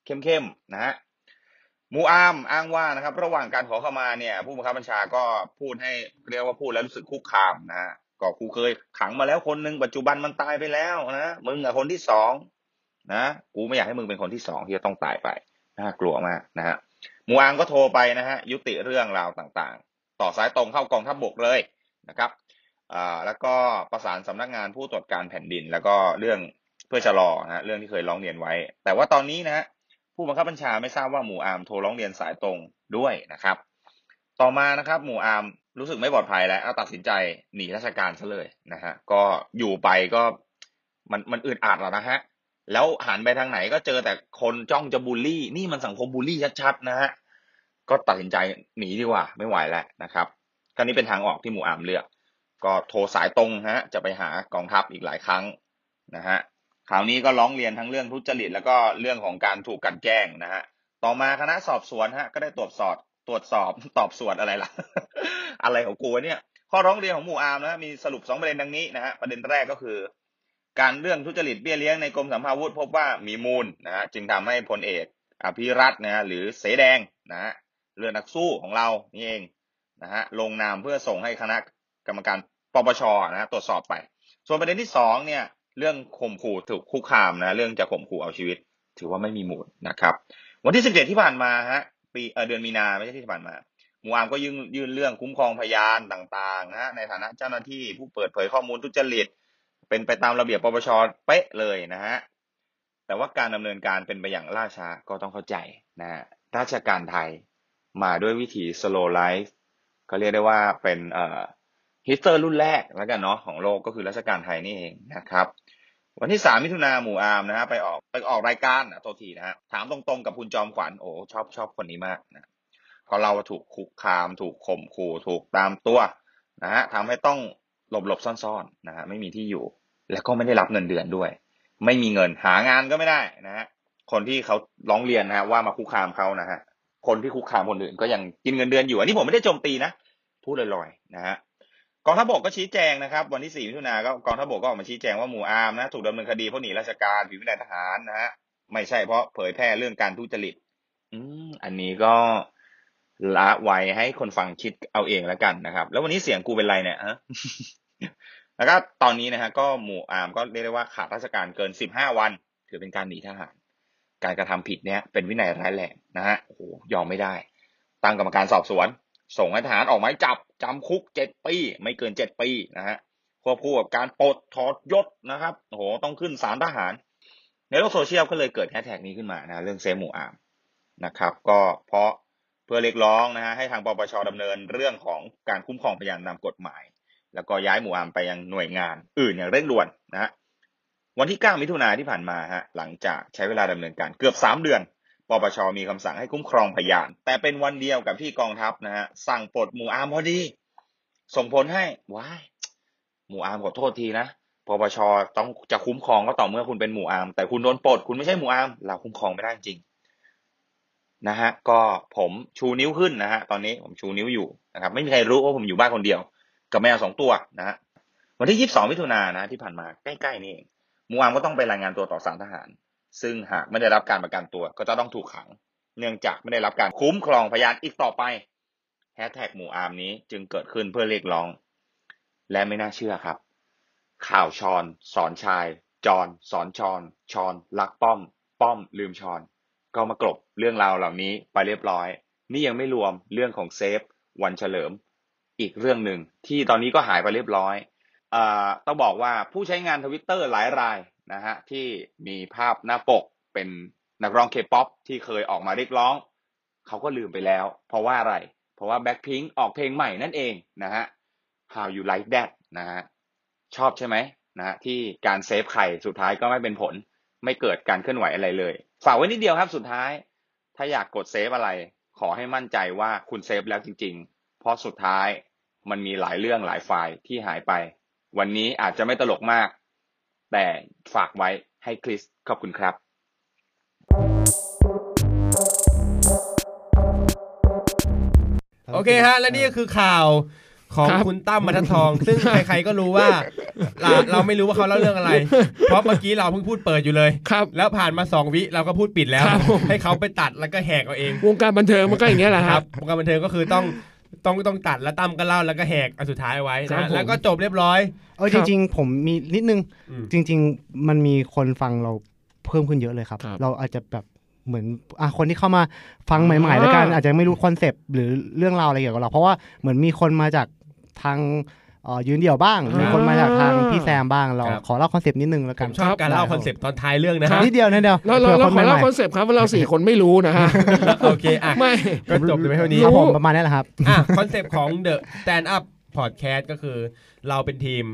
Speaker 5: เข้มๆนะฮะ มูอามอ้างว่านะครับ ระหว่างการขอเข้ามาเนี่ย ผู้บังคับบัญชาก็พูดให้เรียกว่าพูดแล้วรู้สึกคุกคามนะฮะก็กูเคยขังมาแล้วคนหนึ่งปัจจุบันมันตายไปแล้วนะมึงอะคนที่สองนะกูไม่อยากให้มึงเป็นคนที่สองที่จะต้องตายไปน่ากลัวมากนะฮะมูอามก็โทรไปนะฮะยุติเรื่องราวต่างๆ ต่อสายตรงเข้ากองทัพบบกเลยนะครับอ่าแล้วก็ประสานสำนักงานผู้ตรวจการแผ่นดิน แล้วก็เรื่องเพื่อชะลอนะฮะเรื่องที่เคยร้องเรียนไว้ แต่ว่าตอนนี้นะฮะ ผู้บังคับบัญชาไม่ทราบว่าหมู่อาร์มโทรร้องเรียนสายตรงด้วยนะครับ ต่อมานะครับหมู่อาร์มรู้สึกไม่ปลอดภัยแล้วเอาตัดสินใจหนีราชการซะเลยนะฮะก็อยู่ไปก็มันมันอึดอัดแล้วนะฮะแล้วหันไปทางไหนก็เจอแต่คนจ้องจะบูลลี่ นี่มันสังคมบูลลี่ชัดๆนะฮะก็ตัดสินใจหนีดีกว่าไม่ไหวแล้วนะครับคราวนี้เป็นทางออกที่หมู่อาร์มเลือก ก็โทรสายตรงฮะจะไปหากองทัพอีกหลายครั้งนะฮะ คราวนี้ก็ร้องเรียนทั้งเรื่องทุจริตแล้วก็เรื่องของการถูกกลันแกล้งนะฮะ ต่อมาคณะสอบสวนฮะก็ได้ตรวจสอบตรวจสอบ [LAUGHS] ตอบสวนอะไรล่ะ อะไรของกูวะเนี่ย ข้อร้องเรียนของหมู่อาร์มนะฮะมีสรุปสองประเด็นดังนี้นะฮะประเด็นแรกก็คือ การเรื่องทุจริตเบี้ยเลี้ยงในกรมสัมภาวุธพบว่ามีมูลนะฮะจึงทำให้พลเอกอภิรัตน์นะฮะหรือเสแดงนะฮะเรือนักสู้ของเรานี่เองนะฮะลงนามเพื่อส่งให้คณะกรรมการปปชนะฮะตรวจสอบไป ส่วนประเด็นที่สองเนี่ย เรื่องข่มขู่ถูกคุกคามนะ เรื่องจะข่มขู่เอาชีวิต ถือว่าไม่มีมูลนะครับ วันที่สิบเจ็ดที่ผ่านมาฮะปีเอ่อเดือนมีนาไม่ใช่ที่ผ่านมาหมูอามก็ยื่นยื่นเรื่องคุ้มครองพยานต่างๆนะฮะในฐานะเจ้าหน้าที่ผู้เปิดเผยข้อมูลทุจริต เป็นไปตามระเบียบปปชเป๊ะเลยนะฮะแต่ว่าการดำเนินการเป็นไปอย่างล่าช้าก็ต้องเข้าใจนะฮะราชการไทยมาด้วยวิถี slow life ก็เรียกได้ว่าเป็นเอ่อ ฮิตเตอร์รุ่นแรกแล้วกันเนาะของโลกก็คือรัชกาลไทยนี่เองนะครับ วันที่สามมิถุนาหมู่อาร์มนะฮะไปออกไปออกรายการนะโทษทีนะฮะถามตรงๆกับคุณจอมขวัญโอ้ชอบชอบคนนี้มากนะก็เราว่าถูกคุกคาม ถูกข่มขู่ถูกตามตัวนะฮะทำให้ต้องหลบหลบๆซ่อนๆนะฮะไม่มีที่อยู่ แล้วก็ไม่ได้รับเงินเดือนด้วย ไม่มีเงินหางานก็ไม่ได้นะฮะคนที่เขาร้องเรียนนะฮะว่ามาคุกคามเขานะฮะคนที่คุกคามคนอื่นก็ยังกินเงินเดือนอยู่อันนี้ผมไม่ได้โจมตีนะ พูดลอยๆนะฮะกองทัพบกก็ชี้แจงนะครับ วันที่ 4 มิถุนาก็กองทัพบกก็ออกมาชี้แจงว่าหมู่อาร์มนะถูกดำเนินคดีเพราะหนีราชการผิดวินัยทหารนะฮะไม่ใช่เพราะเผยแพร่เรื่องการทุจริต อืมอันนี้ก็ละไว้ให้คนฟังคิดเอาเองแล้วกันนะครับ แล้ววันนี้เสียงกูเป็นไรเนี่ยฮะ [LAUGHS] แล้วก็ตอนนี้นะฮะก็หมู่อาร์มก็เรียกได้ว่าขาดราชการเกิน 15 วัน ถือเป็นการหนีทหาร การกระทำผิดเนี่ยเป็นวินัยร้ายแรงนะฮะโอ้โหยอมไม่ได้ ตั้งกรรมการสอบสวน ส่งให้ทหารออกหมายจับจำคุกเจ็ดปี ไม่เกินเจ็ดปีนะฮะควบคู่กับการปลดถอดยศนะครับโอ้โหต้องขึ้นศาลทหาร ในโลกโซเชียลก็เลยเกิดแฮชแท็กนี้ขึ้นมานะเรื่องเซฟหมู่อาร์มนะครับ ก็เพราะเพื่อเรียกร้องนะฮะให้ทางปปชดำเนินเรื่องของการคุ้มครองพยานตามกฎหมาย แล้วก็ย้ายหมู่อาร์มไปยังหน่วยงาน อื่นอย่างเร่งด่วนนะฮะวันที่ 9 มิถุนาที่ผ่านมาฮะหลังจากใช้เวลาดำเนินการเกือบ 3 เดือน ปปชมีคำสั่งให้คุ้มครองพยาน แต่เป็นวันเดียวกับที่กองทัพนะฮะสั่งปลดหมู่อาร์มพอดี ส่งผลให้ว้ายหมู่อาร์มขอโทษทีนะปปชต้องจะคุ้มครองก็ต่อเมื่อคุณเป็นหมู่อาร์มแต่คุณโดนปลดคุณไม่ใช่หมู่อาร์มเราคุ้มครองไม่ได้จริงนะฮะก็ผมชูนิ้วขึ้นนะฮะตอนนี้ผมชูนิ้วอยู่นะครับ ไม่มีใครรู้ว่าผมอยู่บ้านคนเดียว กับแมวสองตัวนะฮะวันที่ 22มิถุนายนนะที่ผ่านมาใกล้ๆนี่เองหมู่อาร์มก็ต้องไปรายงานตัวต่อศาลทหาร ซึ่งหากไม่ได้รับการประกันตัวก็จะต้องถูกขัง เนื่องจากไม่ได้รับการคุ้มครองพยานอีกต่อไปแฮชแท็กหมู่อาร์มนี้จึงเกิดขึ้นเพื่อเรียกร้อง และไม่น่าเชื่อครับ ข่าวชอน สอนชาย จอน สอนชอนชอนรักป้อม ป้อม ลืมชอน ก็มากลบเรื่องราวเหล่านี้ไปเรียบร้อย นี่ยังไม่รวมเรื่องของเซฟ วันเฉลิม อีกเรื่องหนึ่งที่ตอนนี้ก็หายไปเรียบร้อย เอ่อต้องบอกว่าผู้ใช้งานทวิตเตอร์หลายรายนะฮะที่มีภาพหน้าปกเป็นนักร้องเคป๊อปที่เคยออกมาเรียกร้อง เขาก็ลืมไปแล้ว เพราะว่าอะไร เพราะว่าแบ็คพิงออกเพลงใหม่นั่นเองนะฮะ How You Like That นะฮะชอบใช่ไหมนะฮะที่การเซฟใครสุดท้ายก็ไม่เป็นผล ไม่เกิดการเคลื่อนไหวอะไรเลย ฝากไว้นิดเดียวครับสุดท้าย ถ้าอยากกดเซฟอะไร ขอให้มั่นใจว่าคุณเซฟแล้วจริง ๆ เพราะสุดท้ายมันมีหลายเรื่องหลายไฟล์ที่หายไป วันนี้อาจจะไม่ตลกมาก แต่ฝากไว้ให้คริสขอบคุณครับ
Speaker 3: โอเคฮะ และนี่ก็คือข่าว ของ
Speaker 1: ครับ
Speaker 3: คุณตั้มบรรทัดทอง ซึ่งใครๆก็รู้ [LAUGHS] ว่าเราเราไม่รู้ว่าเขาเล่าเรื่องอะไร เพราะเมื่อกี้เราเพิ่งพูดเปิดอยู่เลย
Speaker 1: ครับ
Speaker 3: แล้วผ่านมาสองวิเราก็พูดปิดแล้ว
Speaker 1: ครับผม
Speaker 3: ให้เขาไปตัดแล้วก็แหกเอาเอง
Speaker 1: วงการบันเทิงมันก็อย่างเงี้ยแหละ
Speaker 3: ค
Speaker 1: ค
Speaker 3: รั
Speaker 1: รั
Speaker 3: บบ วงการบันเทิงก็คือต้อง [COUGHS] ต้องต้องตัดแล้วตั้มก็เล่าแล้วก็แหกอันสุดท้ายไว้
Speaker 1: ครับ
Speaker 3: นะ
Speaker 1: ผม
Speaker 3: แล้วก็จบเรียบร้อย
Speaker 4: เออจริงๆ ผมมีนิดนึง
Speaker 3: อืม
Speaker 4: จริง ๆ มันมีคนฟังเราเพิ่มขึ้นเยอะเลยครับ
Speaker 1: ครับ
Speaker 4: เราอาจจะแบบเหมือนอ่ะคนที่เข้ามาฟังใหม่ๆแล้วกัน
Speaker 1: อ่า
Speaker 4: อาจจะไม่รู้คอนเซปต์หรือเรื่องราวอะไรเกี่ยวกับเราเพราะว่าเหมือนมีคนมาจากทางเอ่อยืนเดี่ยวบ้างหรือคนมาจากทางพี่แซมบ้างเรา
Speaker 3: ครับ
Speaker 4: ขอเล่าคอนเซปต์นิดนึงแล้ว
Speaker 3: ผ
Speaker 4: กัน
Speaker 3: มชอบการเล่าคอนเซปต์ตอนท้ายเรื่องนะฮะ
Speaker 4: นิดเดียวนิดเดียว
Speaker 1: แล้วเรา
Speaker 4: ผื่
Speaker 1: เรา
Speaker 4: คน
Speaker 1: ขอเล่า
Speaker 4: ใหม่ๆ
Speaker 1: คอนเซปต์ครับว่าเราสี่คนไม่รู้นะฮะ
Speaker 3: โอเคอ่ะ
Speaker 1: ไม่
Speaker 3: ก็จบไปเท่านี้
Speaker 4: ครับผมประมาณนี้แหละครับ
Speaker 3: อ่ะคอนเซปต์ของ The Stand Up Podcast ก็คือเราเป็นทีม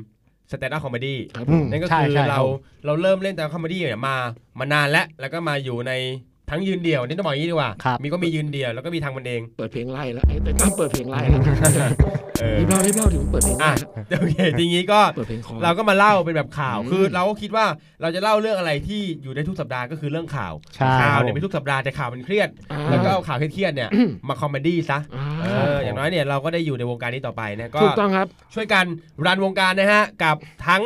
Speaker 3: Stand Up Comedy
Speaker 1: ครับ
Speaker 4: อืม
Speaker 3: นั่นก็
Speaker 4: ใช่
Speaker 3: คือ
Speaker 4: ใช่
Speaker 3: เรา
Speaker 4: ครับ
Speaker 3: เราเริ่มเล่นแต่คอมเมดี้เนี่ยมามานานแล้วแล้วก็มาอยู่ในทั้งยืนเดี่ยวนี่ต้องบอกอย่างนี้ดีกว่า
Speaker 4: ครับ
Speaker 3: มีก็มียืนเดี่ยวแล้วก็มีทางมันเอง
Speaker 1: เปิดเพลงไล่แล้วไอ้แต่ตั้มเปิดเพลงไล่แล้ว
Speaker 3: เออ
Speaker 1: รีบเล่ารีบเล่าถึงเปิดเพลง
Speaker 3: อ่ะ
Speaker 1: ไล่นะ
Speaker 3: โอเคทีนี้ก็
Speaker 1: เปิดเพลงคอ
Speaker 3: เราก็มาเล่าเป็นแบบข่าว
Speaker 1: อืม
Speaker 3: คือเราก็คิดว่าเราจะเล่าเรื่องอะไรที่อยู่ได้ทุกสัปดาห์ก็คือเรื่องข่าว
Speaker 4: ใช่
Speaker 3: ข่าวเนี่ย
Speaker 4: ครับผม
Speaker 3: เป็นทุกสัปดาห์แต่ข่าวมันเครียด
Speaker 1: อ่า
Speaker 3: แล้วก็เอาข่าวเครียดๆเนี่ยมาคอมเมดี้ซะ
Speaker 1: อ่า
Speaker 3: เอออย่างน้อยเนี่ยเราก็ได้อยู่ในวงการนี้ต่อไปนะก็
Speaker 1: ถูกต้องครับ
Speaker 3: ช่วยกันรันวงการนะฮะ กับทั้ง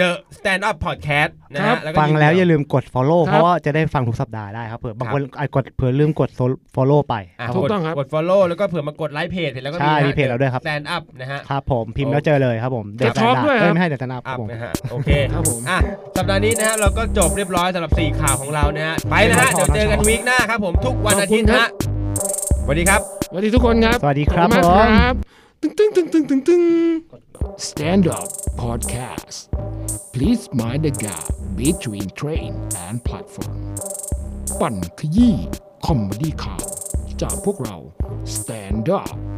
Speaker 3: The Stand Up Podcast นะ
Speaker 1: ครั
Speaker 3: ฮะ
Speaker 1: บ
Speaker 3: ก็
Speaker 4: ฟังแล้วอย่าลืมกด follow
Speaker 1: ครับ
Speaker 4: เพราะว่าจะได้ฟังทุกสัปดาห์ได้ครับเผื่อบางคนอาจกดเผื่อลืมกด follow ไป
Speaker 3: อ่ะ
Speaker 4: ครับ
Speaker 1: ถู
Speaker 4: ผ
Speaker 1: ก
Speaker 4: ม
Speaker 1: ต้องครับ
Speaker 3: กด follow แล้วก็เผื่อมากดไลค์เพจเสร็จแล้วก็
Speaker 4: ใช่
Speaker 3: นะฮะ
Speaker 4: มีเพจเราด้วยครับ
Speaker 3: Stand Up นะฮะ
Speaker 4: ครับผมพิมพ์แล้วเจอเลยครับผม
Speaker 1: เดี๋ยวช็อกด้วยครับ
Speaker 4: เอ้ไม่ให้เดี๋ยวจะนับค
Speaker 3: อั
Speaker 4: รั
Speaker 3: พ
Speaker 4: บผม
Speaker 3: นะฮะ โอเค
Speaker 1: ครับผม
Speaker 3: อ่ะสัปดาห์นี้นะฮะ เราก็จบเรียบร้อยสำหรับ 4 ข่าวของเรานะฮะ ไปนะฮะ เดี๋ยวเจอกันวีคหน้าครับผมทุกวันอาทิตย์นะฮะสวัสดีครับ
Speaker 1: สวัสดีทุกคนครับ
Speaker 4: สวัสดีครับ
Speaker 1: ขอณ
Speaker 4: ผม
Speaker 1: มากครับตึ้งตึ้งตึ้งตึ้งตึ้งตึ้ง Stand up podcast please mind the gap between train and platform ปั่นขยี้คอมเมดี้ข่าวจากพวกเรา Stand up